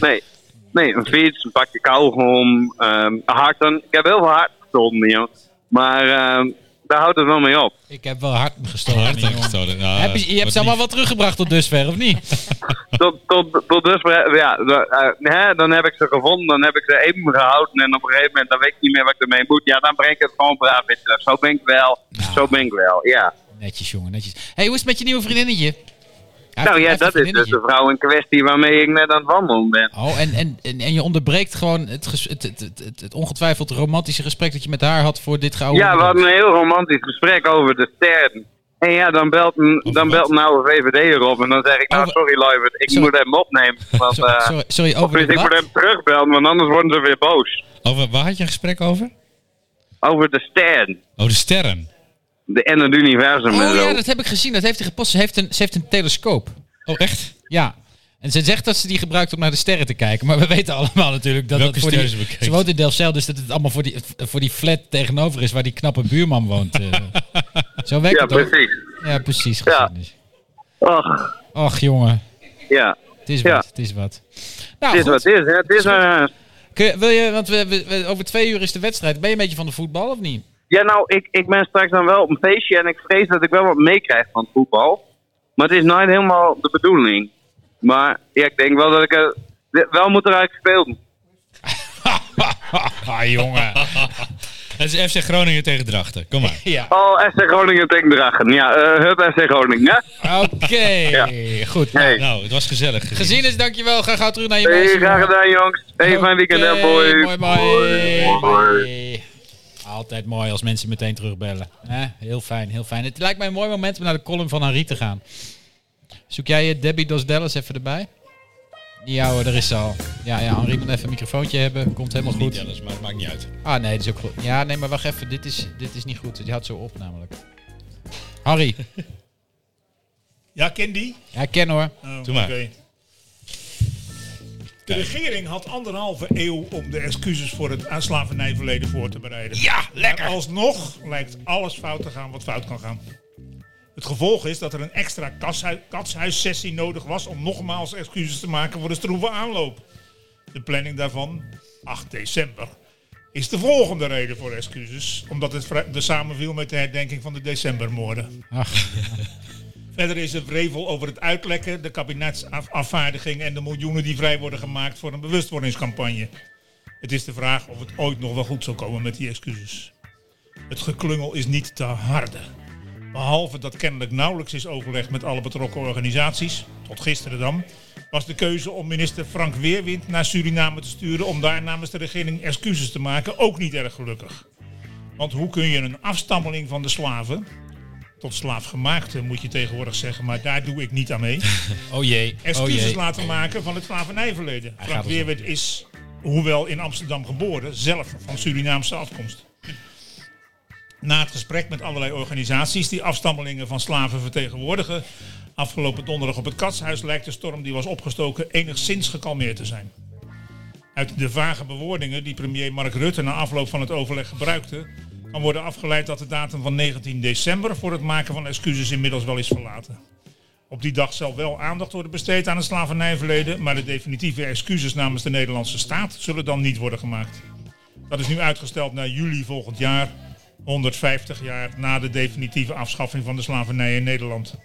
Nee. Nee, een fiets, een pakje kauwgom, ehm harten. Ik heb heel veel harten gestolen, joh. Maar ehm, daar houdt het wel mee op. Ik heb wel hard gestolen. jongen. nou, heb je, je hebt ze allemaal wel teruggebracht tot dusver, of niet? Tot, tot, tot dusver, ja, da- eh, hè, dan heb ik ze gevonden, dan heb ik ze even gehouden. En op een gegeven moment, dan weet ik niet meer wat ik ermee moet. Ja, dan breng ik het gewoon braaf weer terug. Zo ben ik wel, zo ben ik wel, ja. Netjes, jongen, netjes. hey, hoe is het met je nieuwe vriendinnetje? Hij nou heeft- ja, hij dat heeft is een dus de vrouw in kwestie waarmee ik net aan het wandelen ben. Oh, en, en, en, en je onderbreekt gewoon het, ges- het, het, het, het- het ongetwijfeld romantische gesprek dat je met haar had voor dit gouden. Ja, we hadden een heel romantisch gesprek over de sterren. En ja, dan belt een, dan belt een oude VVD erop en dan zeg ik, nou sorry Luivert, ik moet hem opnemen. Want, eh, sorry- sorry, over of dus de ik moet wat? hem terugbellen, want anders worden ze weer boos. Over, waar had je een gesprek over? Over de sterren Oh, de sterren. de, en het universum en Oh zo. ja, dat heb ik gezien. Dat heeft hij gepost. Ze heeft een, ze heeft een telescoop. Oh, echt? Ja. En ze zegt dat ze die gebruikt om naar de sterren te kijken. Maar we weten allemaal natuurlijk dat Welke dat voor die, sterren ze bekijkt. woont in Delfzijl, dus dat het allemaal voor die, voor die flat tegenover is waar die knappe buurman woont. eh. Zo werkt Ja, het ook. precies. Ja, precies. geschiedenis. Och, Ach, jongen. ja. Het is Ja. wat. Het is wat. Nou, het is goed. wat het is, hè. Het is eh, Kun je- wil je, want we, we- we- over twee uur is de wedstrijd. Ben je een beetje van de voetbal of niet? Ja, nou, ik, ik ben straks dan wel op een feestje en ik vrees dat ik wel wat meekrijg van het voetbal. Maar het is nooit helemaal de bedoeling. Maar ja, ik denk wel dat ik er wel moet eruit spelen. Ah, jongen. Het is FC Groningen tegen Drachten. Kom maar. Ja. Oh, FC Groningen tegen Drachten. Ja, eh hup FC Groningen, hè? Oké, goed. Hey. Nou, het was gezellig. gezien. Gezien is, dankjewel. Ga gauw terug naar je Hey, meisje, graag jongen. gedaan, jongens. Hey, fijn weekend, hè, Oké, boys. Mooi, mooi. Bye. Altijd mooi als mensen meteen terugbellen. hè? heel fijn, heel fijn. Het lijkt mij een mooi moment om naar de column van Henri te gaan. Zoek jij je Debbie Dos Dallas even erbij? Ja hoor, daar is ze al. Ja, ja, Henri moet even een microfoontje hebben. Komt helemaal goed. Niet alles, maar het maakt niet uit. Ah nee, dat is ook goed. Ja, nee, maar wacht even. Dit is, dit is niet goed. Die houdt zo op namelijk. Harry. Ja, ken die? Ja, ik ken hoor. Oh, Doe maar. oké. De regering had anderhalve eeuw om de excuses voor het aan slavernijverleden voor te bereiden. Ja, lekker! alsnog lijkt alles fout te gaan wat fout kan gaan. Het gevolg is dat er een extra kashui- katshuissessie nodig was om nogmaals excuses te maken voor de stroeve aanloop. De planning daarvan, 8 december, is de volgende reden voor excuses. Omdat het vri- de samenviel met de herdenking van de decembermoorden. Verder is er wrevel over het uitlekken, de kabinetsafvaardiging en de miljoenen die vrij worden gemaakt voor een bewustwordingscampagne. Het is de vraag of het ooit nog wel goed zal komen met die excuses. Het geklungel is niet te harde. Behalve dat kennelijk nauwelijks is overlegd met alle betrokken organisaties, tot gisteren dan, was de keuze om minister Frank Weerwind naar Suriname te sturen om daar namens de regering excuses te maken ook niet erg gelukkig. Want hoe kun je een afstammeling van de slaven, tot slaafgemaakte moet je tegenwoordig zeggen, maar daar doe ik niet aan mee. Oh jee. Excuses oh jee. laten maken van het slavernijverleden. Hij Frank gaat ons Weerwit is, hoewel in Amsterdam geboren, zelf van Surinaamse afkomst. Na het gesprek met allerlei organisaties die afstammelingen van slaven vertegenwoordigen, afgelopen donderdag op het Katshuis lijkt de storm die was opgestoken enigszins gekalmeerd te zijn. Uit de vage bewoordingen die premier Mark Rutte na afloop van het overleg gebruikte, kan worden afgeleid dat de datum van 19 december voor het maken van excuses inmiddels wel is verlaten. Op die dag zal wel aandacht worden besteed aan het slavernijverleden, maar de definitieve excuses namens de Nederlandse staat zullen dan niet worden gemaakt. Dat is nu uitgesteld naar juli volgend jaar, 150 jaar na de definitieve afschaffing van de slavernij in Nederland.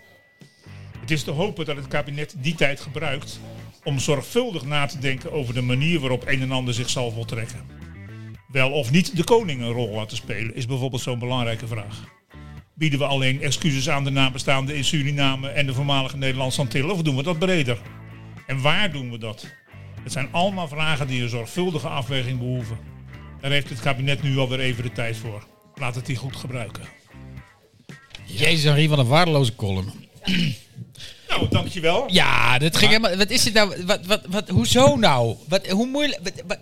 Het is te hopen dat het kabinet die tijd gebruikt om zorgvuldig na te denken over de manier waarop een en ander zich zal voltrekken. Wel of niet de koning een rol laten spelen is bijvoorbeeld zo'n belangrijke vraag. Bieden we alleen excuses aan de nabestaanden in Suriname en de voormalige Nederlandse Antillen of doen we dat breder? En waar doen we dat? Het zijn allemaal vragen die een zorgvuldige afweging behoeven. Daar heeft het kabinet nu alweer even de tijd voor. Laat het die goed gebruiken. Jezus, Henri, wat een waardeloze column. Nou, dankjewel. Ja, dat ging helemaal. Wat is dit nou? Wat, wat, wat, hoezo nou? Wat, hoe moeilijk. Wat, wat-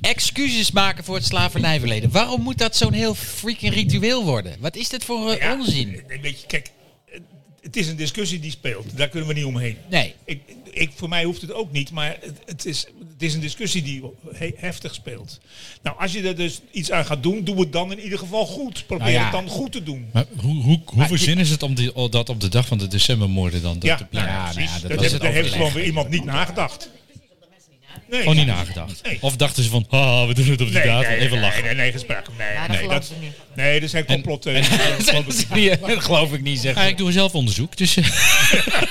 excuses maken voor het slavernijverleden. Waarom moet dat zo'n heel freaking ritueel worden? Wat is dit voor eh, onzin? Een beetje, kijk, eh, het is een discussie die speelt. Daar kunnen we niet omheen. Nee. Ik, ik, voor mij hoeft het ook niet, maar het, het is, het is een discussie die he- heftig speelt. Nou, als je er dus iets aan gaat doen, doe het dan in ieder geval goed. Probeer Nou ja. het dan goed te doen. Maar hoe, hoe, hoe Maar verzinnen ze het om die, om dat op de dag van de decembermoorden dan dat Ja, te nou plannen? ja, precies. dat heeft- daar heeft gewoon weer iemand niet nagedacht. Nee, Gewoon Oh, niet nagedacht. Nee. Of dachten ze van, ah, we doen het op die Nee, datum. nee, Even nee, lachen. Nee, nee, gesprek. Nee, Ja, dat nee, geloven dat, ze niet. nee, er zijn complotten. dat geloof ik niet, zeg. Ja, ik doe zelf onderzoek, dus...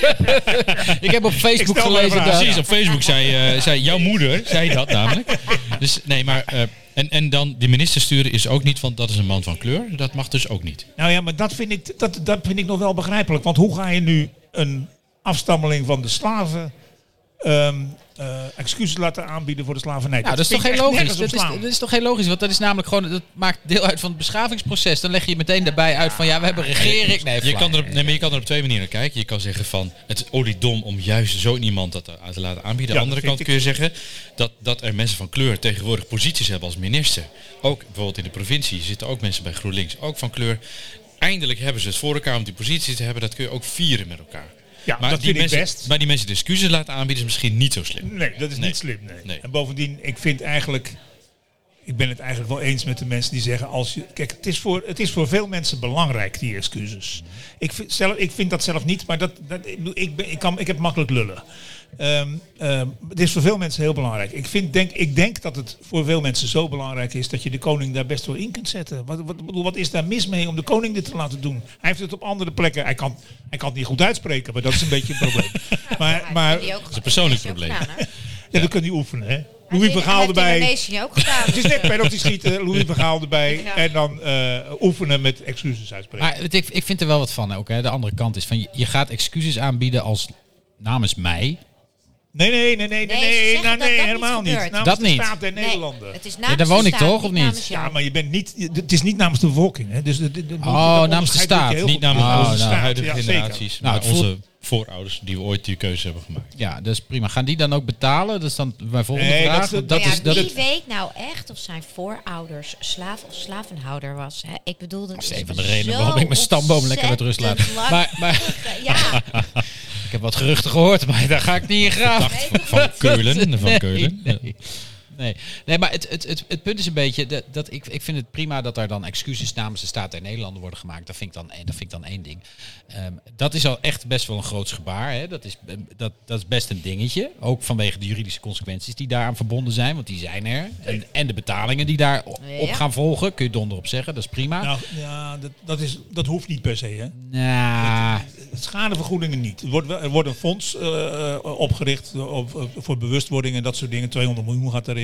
ik heb op Ik Facebook stel maar gelezen vragen. dat... Precies, op Facebook zei, eh, zei jouw moeder, zei dat namelijk. Dus nee, maar... eh, en, en dan die minister sturen is ook niet, want dat is een man van kleur. Dat mag dus ook niet. Nou ja, maar dat vind, ik, dat, dat vind ik nog wel begrijpelijk. Want hoe ga je nu een afstammeling van de slaven ehm, eh, excuses laten aanbieden voor de slavernij? Nou, dat is toch vind heel ik echt logisch. Dat nergens is, op slaan. dat is toch heel logisch, want dat is namelijk gewoon dat maakt deel uit van het beschavingsproces. Dan leg je meteen daarbij uit van ja, we hebben regering. Nee, je flauw. kan er op, nee, maar je kan er op twee manieren kijken. Je kan zeggen van het is oliedom om juist zo iemand dat aan te laten aanbieden. Aan Ja, de andere dat kant vind kun je zeggen dat, dat er mensen van kleur tegenwoordig posities hebben als minister. Ook bijvoorbeeld in de provincie zitten ook mensen bij GroenLinks, ook van kleur. Eindelijk hebben ze het voor elkaar om die positie te hebben. Dat kun je ook vieren met elkaar. Ja, dat die vind ik mensen, best. Maar die mensen de excuses laten aanbieden is misschien niet zo slim. Nee, dat is Nee. niet slim. Nee. Nee. En bovendien, ik vind eigenlijk. Ik ben het eigenlijk wel eens met de mensen die zeggen als je. Kijk, het is voor, het is voor veel mensen belangrijk, die excuses. Ik vind, zelf, ik vind dat zelf niet, maar dat, dat, ik, bedoel, ik, ben, ik, kan, ik heb makkelijk lullen. Ehm, ehm, het is voor veel mensen heel belangrijk. Ik, vind, denk, ik denk dat het voor veel mensen zo belangrijk is dat je de koning daar best wel in kunt zetten. Wat, wat, ik bedoel, wat is daar mis mee om de koning dit te laten doen? Hij heeft het op andere plekken. Hij kan, hij kan het niet goed uitspreken, maar dat is een beetje een probleem. maar, maar, die ook- Dat is een persoonlijk probleem. gedaan, hè? ja, dat kun je oefenen, hè? Louis Hij Vergaal heeft in erbij. Indonesië ook gedaan. Het is net penalty schieten, Louis Vergaal erbij. Ja. En dan eh, oefenen met excuses uitspreken. Maar het- ik, ik vind er wel wat van ook. Hè. De andere kant is van je, je gaat excuses aanbieden als namens mij. Nee, nee, nee, nee, nee, ze nee, zeggen nou, dat nee dat helemaal niet niet. gebeurt. Namens Dat de niet. staat der Nee, Nederlanden. het is Ja, namens daar woon de ik staat, toch, of niet? namens jou. Ja, maar je bent niet, het is niet namens de bevolking. Hè? Dus, de- de- de- Oh, namens dat de onderscheid moet je staat, heel niet goed namens maken. onze Staat, huidige ja, zeker. generaties, Nou, maar het voelt- onze voorouders die ooit die keuze hebben gemaakt. Ja, dat is prima. Gaan die dan ook betalen? Dat is dan mijn volgende Nee, vraag. dat is- want Maar dat Nou ja, is, dat, wie weet nou echt of zijn voorouders slaaf of slavenhouder was? Hè? Ik bedoel, dat, is is een van de redenen zo waarom ik mijn stamboom lekker met rust laat. ontzettend lang- Maar, maar ja, ik heb wat geruchten gehoord, maar daar ga ik niet in graven. Dacht van- van Keulen, van Nee, Keulen. Nee. Nee. nee, maar het, het, het, het punt is een beetje dat, dat ik, ik vind het prima dat er dan excuses namens de staat der Nederlanden worden gemaakt. Dat vind ik dan, dat vind ik dan één ding. Ehm, dat is al echt best wel een groots gebaar. Hè. Dat, is, ehm, dat, dat is best een dingetje. Ook vanwege de juridische consequenties die daaraan verbonden zijn, want die zijn er. En, en de betalingen die daarop Ja. op gaan volgen, kun je donder op zeggen. Dat is prima. Nou, ja, dat, dat, is, dat hoeft niet per se. Hè? Nou, Schadevergoedingen niet. Er wordt, wel- er wordt een fonds eh, opgericht op, op- voor bewustwording en dat soort dingen. 200 miljoen gaat daarin.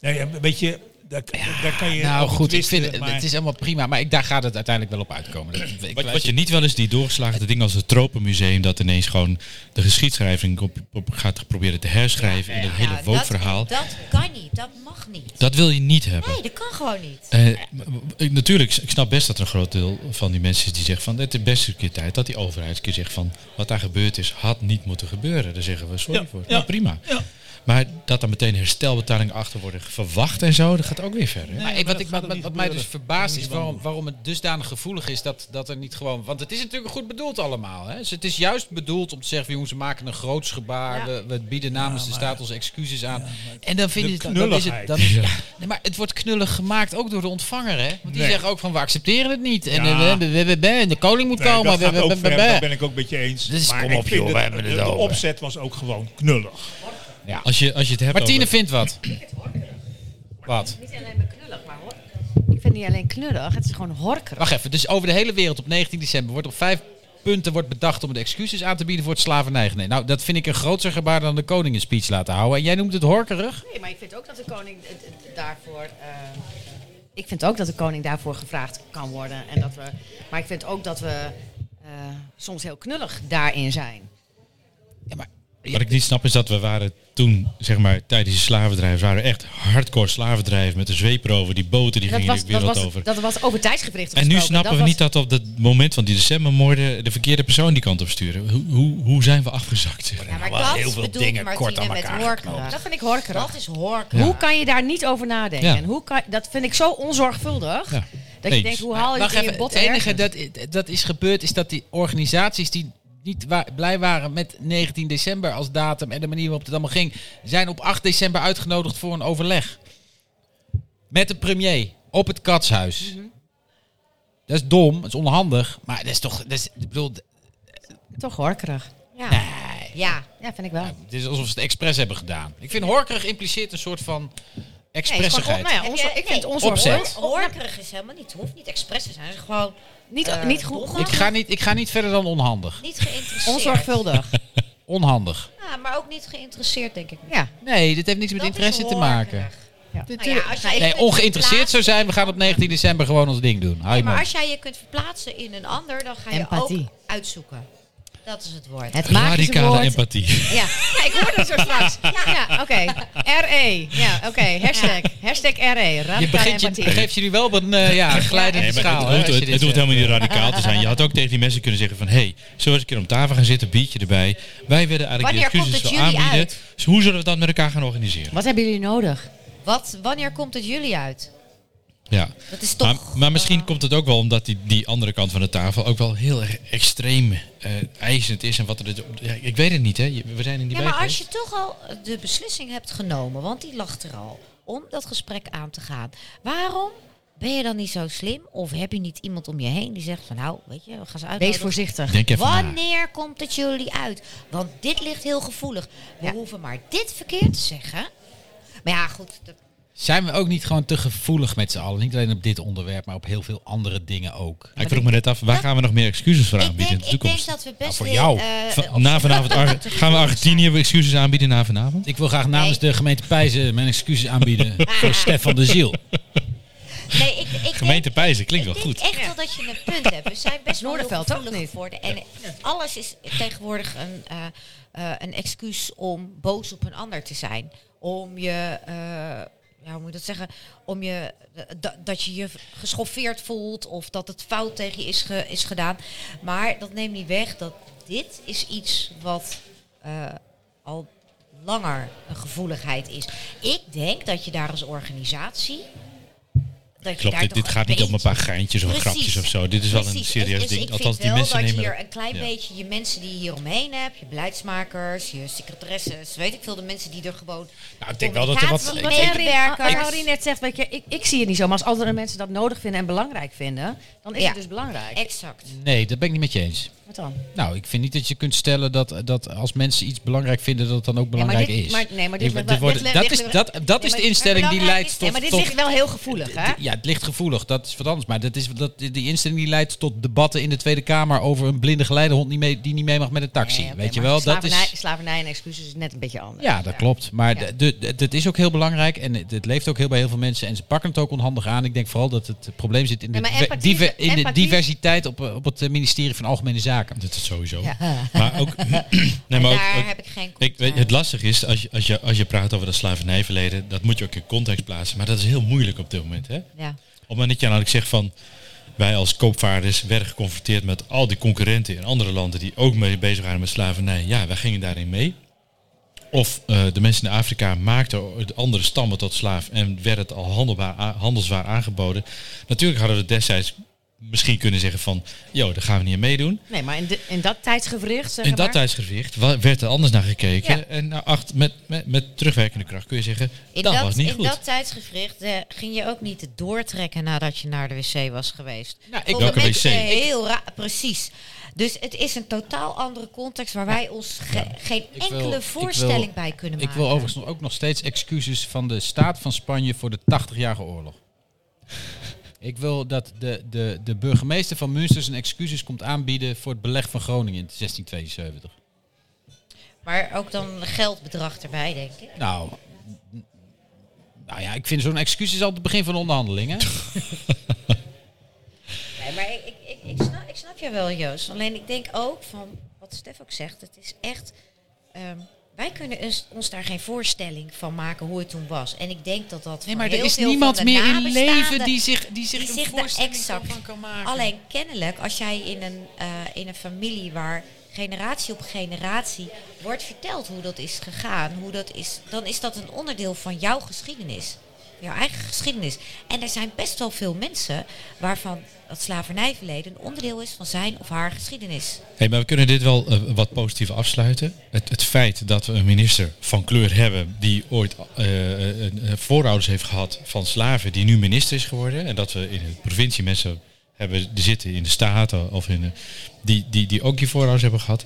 Nee, ja, weet je, daar, daar kan je nou over goed, ik twisten, vind, het- maar- het is allemaal prima, maar ik, daar gaat het uiteindelijk wel op uitkomen. Dat- ik Wat, wijs- wat je niet wel eens die doorgeslagen dingen als het Tropenmuseum, dat ineens gewoon de geschiedschrijving op, op gaat proberen te herschrijven in het hele nou, wookverhaal. dat, dat kan niet, dat mag niet. Dat wil je niet hebben. Nee, dat kan gewoon niet. Eh, ik- natuurlijk, ik snap best dat er een groot deel van die mensen is die zegt van het is best een keer tijd dat die overheid een keer zegt van wat daar gebeurd is had niet moeten gebeuren. Daar zeggen we sorry Ja, voor. ja, nou, prima. Maar dat dan meteen herstelbetalingen achter worden verwacht en zo, dat gaat ook weer verder. Nee, wat ik, wat, wat mij dus verbaast is waarom, waarom het dusdanig gevoelig is dat, dat er niet gewoon... Want het is natuurlijk goed bedoeld allemaal. Hè? Dus het is juist bedoeld om te zeggen, van, jongens, we maken een groots gebaar. Ja. We, we bieden namens de staat onze excuses aan. en de dan vind ik... Dan is het, dan is, knulligheid. nee, maar het wordt knullig gemaakt ook door de ontvanger. Hè? Want die Nee. zeggen ook van, we accepteren het niet. En Ja. eh, we- we- we- we- en de koning moet Nee, komen. dat we- gaat we- ook we- ver, we- daar ben ik ook met je eens. Dus Maar kom ik op, vind joh, dat we hebben de- het De over. opzet was ook gewoon knullig. Ja. Als je, als je het hebt Martine over- vindt wat. Wat? Niet alleen maar knullig, maar hoor. Ik vind het niet alleen knullig, het is gewoon horkerig. Wacht even, dus over de hele wereld op 19 december wordt op vijf punten wordt bedacht om de excuses aan te bieden voor het slavernijgeneem. Nou, dat vind ik een groter gebaar dan de koning een speech laten houden. En jij noemt het horkerig? Nee, maar ik vind ook dat de koning eh, eh, daarvoor. eh, ik vind ook dat de koning daarvoor gevraagd kan worden. En dat we, maar ik vind ook dat we eh, soms heel knullig daarin zijn. Wat ik niet snap is dat we waren toen, zeg maar, tijdens de slavendrijf, waren we echt hardcore slavendrijf met de zweep erover, die boten die dat, gingen was, de dat, wereld was, over. dat was over tijdsgewricht. en nu snappen we niet dat op het moment van die decembermoorden de verkeerde persoon die kant op sturen. Hoe, hoe, hoe zijn we afgezakt? zeg Nou, Ja, maar Wel dat heel veel bedoelt dingen Martine kort aan met elkaar horkerig. Dat vind ik horkerig. Dat is horkerig. Hoe kan je daar niet over nadenken? Ja. En hoe kan, dat vind ik zo onzorgvuldig. Ja. Dat je Eens. denkt, hoe haal je Wacht het in je even, botten Het enige ergens? dat, dat is gebeurd is dat die organisaties die niet wa- blij waren met 19 december als datum en de manier waarop het allemaal ging, zijn op 8 december uitgenodigd voor een overleg. Met de premier op het katshuis. Mhm. Dat is dom, dat is onhandig, maar dat is toch, dat is, ik bedoel, Toch horkerig. Ja. Ja. ja, vind ik wel. het is alsof ze het expres hebben gedaan. Ik vind horkerig impliceert een soort van expressigheid. nou ja, onzo- ik vind het Opzet. Horkerig is helemaal niet. Het hoeft niet expres te zijn. Het is gewoon... Niet, eh, niet goed. dom, ik, ga niet, ik ga niet verder dan onhandig. Niet geïnteresseerd. Onzorgvuldig. Onhandig. Ja, maar ook niet geïnteresseerd, denk ik. Ja. Nee, dit heeft niks met Dat interesse is te maken. Nou ja, als jij je Nee, kunt ongeïnteresseerd zou zijn, we gaan op 19 december gewoon ons ding doen. Hou je verplaatsen- Maar mond. als jij je kunt verplaatsen in een ander, dan ga je Empathie. ook uitzoeken. Dat is het woord. Het magische Radicale woord. empathie. Ja, ja, ik hoorde het zo straks. Ja, ja oké. RE. Ja, oké. Hashtag. Hashtag RE. Je, Radicale begint, je empathie. geeft jullie wel op een eh, ja, glijdende Nee, maar schaal. het hè, als hoeft, je het, dit eh, het hoeft zegt. helemaal niet radicaal te zijn. Je had ook tegen die mensen kunnen zeggen van... hé, hey, zullen we eens een keer om tafel gaan zitten, biertje erbij. Wij willen eigenlijk de Wanneer komt excuses het wel jullie aanbieden. uit? Dus hoe zullen we dat met elkaar gaan organiseren? Wat hebben jullie nodig? Wat, wanneer komt het jullie uit? Ja. Dat is toch- maar, maar misschien komt het ook wel omdat die, die andere kant van de tafel... ook wel heel erg extreem eh eisend is. En wat er, dus ja, ik weet het niet, hè. Je- We zijn er niet Ja, bij maar als geweest. je toch al de beslissing hebt genomen, want die lag er al, om dat gesprek aan te gaan. Waarom ben je dan niet zo slim? Of heb je niet iemand om je heen die zegt van nou, weet je, we gaan ze uit. voorzichtig. Denk even na. Wanneer komt het jullie uit? Want dit ligt heel gevoelig. We hoeven maar dit verkeerd te zeggen. Maar ja, goed. dat- Zijn we ook niet gewoon te gevoelig met z'n allen? Niet alleen op dit onderwerp, maar op heel veel andere dingen ook. ik vroeg me net af, waar gaan we nog meer excuses voor aanbieden in de ik denk toekomst? Nou, dat we best voor weer, jou. eh, Van- na vanavond Ar- gaan we Argentinië excuses aanbieden na vanavond? Ik wil graag namens de gemeente Pijzen mijn excuses aanbieden voor Stefan de Ziel. nee, ik, ik Gemeente Pijzen, klinkt wel Ik denk goed. echt wel dat je een punt hebt. We zijn best wel heel Noorderveld ook gevoelig niet. geworden. En alles is tegenwoordig een, eh, eh, een excuus om boos op een ander te zijn. Om je, eh, ja, hoe moet je dat zeggen? Om je, eh, da- dat je je geschoffeerd voelt of dat het fout tegen je is, ge- is gedaan. Maar dat neemt niet weg dat dit is iets wat eh, al langer een gevoeligheid is. Ik denk dat je daar als organisatie... Dat je Klopt, daar dit, toch dit gaat niet een om een paar geintjes of Precies. grapjes of zo. Dit is wel een Precies. serieus Dus ding. Ik Althans, vind die wel mensen dat je nemen hier dat- een klein Ja. beetje je mensen die je hier omheen hebt, je beleidsmakers, je secretaresses, weet ik veel, de mensen die er gewoon. Nou, ik denk wel dat er wat- Wat Henry- wat Henri net zegt, weet je, ik, ik zie het niet zo. Maar als andere mensen dat nodig vinden en belangrijk vinden, dan is Ja. het dus belangrijk. Exact. Nee, dat ben ik niet met je eens. Wat dan? Nou, ik vind niet dat je kunt stellen dat, dat als mensen iets belangrijk vinden, dat het dan ook belangrijk dit- is. maar- nee, maar dit Ik- ligt er wel- worden- dit dat ligt- is, dat, dat is de instelling die leidt tot... Ja, maar dit tot- ligt wel heel gevoelig, hè? Ja, het ligt gevoelig, dat is wat anders. Maar dat is, dat, die instelling die leidt tot debatten in de Tweede Kamer over een blinde geleidehond die, mee, die niet mee mag met een taxi. Weet je Maar wel, dat slavernij, is... slavernij en excuses is net een beetje anders. Ja, dat klopt. Maar d- de- de- dat is ook heel belangrijk en het, het leeft ook heel bij heel veel mensen. En ze pakken het ook onhandig aan. Ik denk vooral dat het probleem zit in de, Ja, maar diver- empathie- diver- in de empathie- diversiteit op, eh, op het eh, ministerie van Algemene Zaken. Dat is sowieso. Ja. Maar ook, nee, maar ook- daar ook- heb ik geen ik, weet, Het lastig is, als je, als, je, als je praat over dat slavernijverleden, dat moet je ook in context plaatsen. Maar dat is heel moeilijk op dit moment. Hè? Op Ja. het moment dat je nou, ik zeg van, wij als koopvaarders werden geconfronteerd met al die concurrenten in andere landen die ook mee bezig waren met slavernij. Ja, wij gingen daarin mee. Of eh, de mensen in Afrika maakten de andere stammen tot slaaf en werd het al handelbaar, a- handelswaar aangeboden. Natuurlijk hadden we destijds misschien kunnen zeggen van, joh, daar gaan we niet aan meedoen. Nee, maar in, de- in dat tijdsgewricht, zeg In dat maar, tijdsgewicht wa- werd er anders naar gekeken. Ja. En nou, acht, met, met, met terugwerkende kracht kun je zeggen, In dat, dat, was niet in goed. dat tijdsgevricht eh, ging je ook niet doortrekken nadat je naar de wc was geweest. Nou, ik- Welke wc? Heel raar, precies. Dus het is een totaal andere context waar wij ons ge- geen Ik wil- enkele ik wil- voorstelling bij kunnen eh, maken. Ik wil overigens nog- ook nog steeds excuses van de staat van Spanje voor de 80-jarige oorlog. Ik wil dat de, de, de burgemeester van Münster zijn excuses komt aanbieden voor het beleg van Groningen in 1672. Maar ook dan een geldbedrag erbij, denk ik. Nou, n- nou ja, ik vind zo'n excuus is altijd het begin van onderhandelingen. Nee, maar ik, ik, ik, ik snap, ik snap je wel, Joost. Alleen ik denk ook van wat Stef ook zegt. Het is echt. ehm, wij kunnen ons, ons daar geen voorstelling van maken hoe het toen was. En ik denk dat dat. Nee, voor maar er heel is veel van niemand de meer in nabestaanden leven die zich- die zich een daar voorstelling exact van kan maken. Alleen kennelijk, als jij in een, eh, in een familie waar generatie op generatie wordt verteld hoe dat is gegaan, hoe dat is, dan is dat een onderdeel van jouw geschiedenis. Jouw eigen geschiedenis. En er zijn best wel veel mensen waarvan het slavernijverleden een onderdeel is van zijn of haar geschiedenis. Hey, maar we kunnen dit wel eh, wat positief afsluiten. Het, het feit dat we een minister van kleur hebben die ooit eh, een- een voorouders heeft gehad van slaven, die nu minister is geworden. En dat we in de provincie mensen hebben die zitten in de staten of in de, die, die, die ook die voorouders hebben gehad.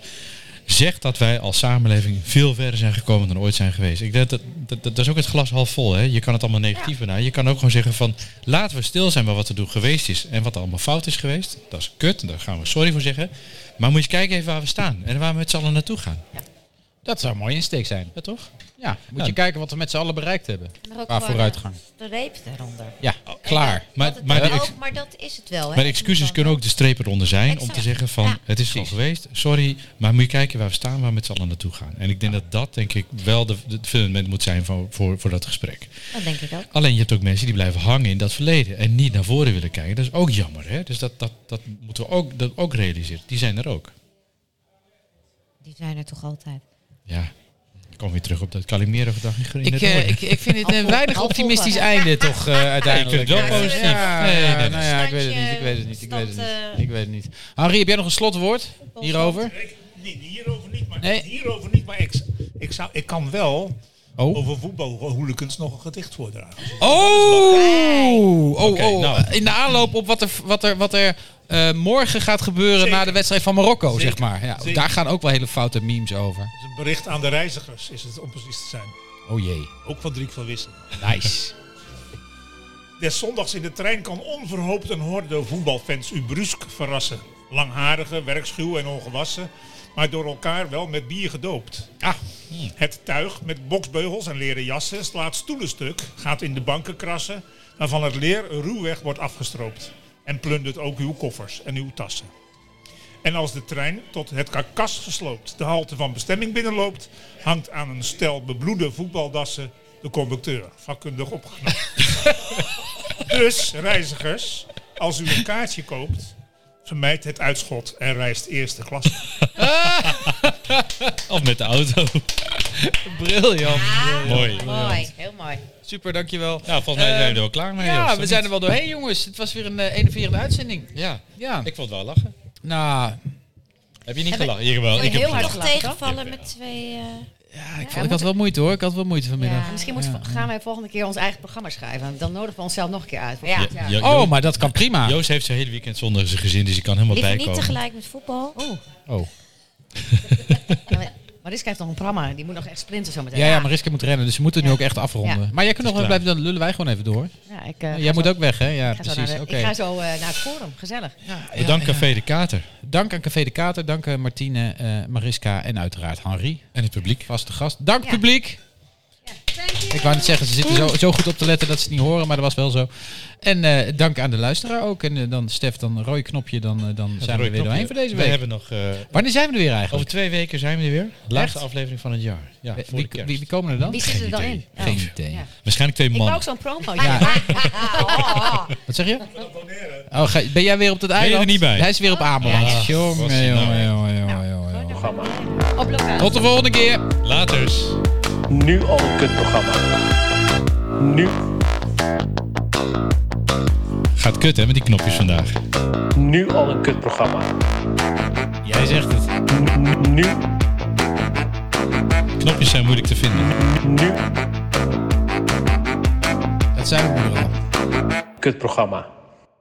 Zegt dat wij als samenleving veel verder zijn gekomen dan ooit zijn geweest. Ik denk dat, dat, dat, dat is ook het glas half vol. Hè? Je kan het allemaal negatief benaderen. Je kan ook gewoon zeggen van laten we stil zijn bij wat er toen geweest is. En wat er allemaal fout is geweest. Dat is kut. Daar gaan we sorry voor zeggen. Maar moet je eens kijken even waar we staan en waar we met z'n allen naartoe gaan. Dat zou een mooie insteek zijn. Ja, toch? Ja, moet Ja. je kijken wat we met z'n allen bereikt hebben. Maar ook Qua gewoon, vooruitgang. eh, De reep daaronder. Ja, klaar. Oh, Maar- Maar, maar maar, die ook, ex- maar dat is het wel. hè? Maar excuses kunnen ook de streep eronder zijn om te zeggen van het is zo geweest, sorry, maar moet je kijken waar we staan, waar we met z'n allen naartoe gaan. En ik denk dat dat denk ik wel de- de- het fundament moet zijn voor, voor, voor dat gesprek. Dat denk ik ook. Alleen je hebt ook mensen die blijven hangen in dat verleden en niet naar voren willen kijken. Dat is ook jammer. Hè? Dus dat, dat, dat moeten we ook, dat ook realiseren. Die zijn er ook. Die zijn er toch altijd. Ja, ik kom weer terug op dat Calimero gedag in Groningen. Ik, eh, ik, ik vind dit een weinig optimistisch einde toch eh, uiteindelijk. Ik vind het wel Ja, positief. Ja, Nee, nee, nee. nou ja, ik weet het niet. Ik weet het niet. Ik weet het niet. Ik weet het niet. Henri, heb jij nog een slotwoord hierover? Nee, hierover niet, maar, hierover niet, maar ik, ik, zou, ik kan wel Oh. over voetbalhooligans nog een gedicht voordragen. Oh! Oh, Oké, oh. nou. In de aanloop op wat er, wat er, wat er eh, morgen gaat gebeuren na de wedstrijd van Marokko, Zeker. zeg maar. Ja, Zeker. daar gaan ook wel hele foute memes over. Het is een bericht aan de reizigers, is het om precies te zijn. Oh jee. Ook van Driek van Wissen. Nice. Des zondags in de trein kan onverhoopt een horde voetbalfans u brusk verrassen. Langharige, werkschuw en ongewassen, maar door elkaar wel met bier gedoopt. Ah, het tuig met boksbeugels en leren jassen slaat stoelen stuk, gaat in de banken krassen, waarvan het leer ruwweg wordt afgestroopt. En plundert ook uw koffers en uw tassen. En als de trein tot het karkas gesloopt de halte van bestemming binnenloopt, hangt aan een stel bebloede voetbaldassen de conducteur, vakkundig opgeknapt. dus reizigers, als u een kaartje koopt, vermijd het uitschot en reist eerste klasse. Of met de auto. Briljant. Mooi. Mooi, heel mooi. Super, dankjewel. Nou, volgens mij zijn we er wel Eh, klaar mee, Joost, Ja, of we niet? zijn er wel doorheen, jongens. Het was weer een eh, enerverende uitzending. Ja. Ja. Ik vond het wel lachen. Nou, Heb je niet Heb ik- Oh, gelachen? Jawel, ik heb heel hard gelachen. Nog tegenvallen met twee... eh, ja, ik, Ja, vond, ik had wel moeite hoor. Ik had wel moeite vanmiddag. Ja, misschien moeten we- gaan wij volgende keer ons eigen programma schrijven. Dan nodigen we onszelf nog een keer uit. Ja. Ja. Jo- Oh, maar dat kan prima. Joost heeft zijn hele weekend zonder zijn gezin, dus hij kan helemaal Liever niet bijkomen. tegelijk met voetbal. Oeh. Oh. Mariska heeft nog een programma. Die moet nog echt sprinten zometeen. Ja, ja, Mariska moet rennen, dus we moeten nu ook echt afronden. Ja. Maar jij kunt nog wel klaar. blijven, dan lullen wij gewoon even door. Ja, ik, eh, ga jij moet zo- ook weg, hè? Ja, ik ga zo precies. naar de- Oké. Ik ga zo eh, naar het forum. Gezellig. Bedankt Café de Kater. Dank aan Café de Kater, dank aan Martine, eh, Mariska en uiteraard Henri. En het publiek. Vaste gast. Dank publiek. Ik wou niet zeggen, ze zitten zo, zo goed op te letten dat ze het niet horen, maar dat was wel zo. En eh, dank aan de luisteraar ook. En eh, dan Stef, dan rooi knopje, dan, eh, dan zijn we Roy er weer doorheen Knopje. voor deze We week. hebben nog... eh, Wanneer zijn we er weer eigenlijk? Over twee weken zijn we er weer. De laatste Echt? aflevering van het jaar. Ja, Eh, voor wie, de kerst. wie, wie komen er dan? Wie zit er dan idee. in? Ja. Geen idee. Ja. Waarschijnlijk twee Ik wou ook mannen. zo'n promo. Ja. Oh. Wat zeg je? Oh, ga- ben jij weer op dat je er eiland? niet bij? Hij is weer op Ameland. jongen, was hij nou jongen, jongen, jongen, jongen, jongen. Tot de volgende keer. Laters. Nu al een kutprogramma. Nu, Gaat kut, hè, met die knopjes vandaag. nu al een kutprogramma. Jij zegt het. Nu. Knopjes zijn moeilijk te vinden. Nu. Dat zijn we nu al. Kutprogramma.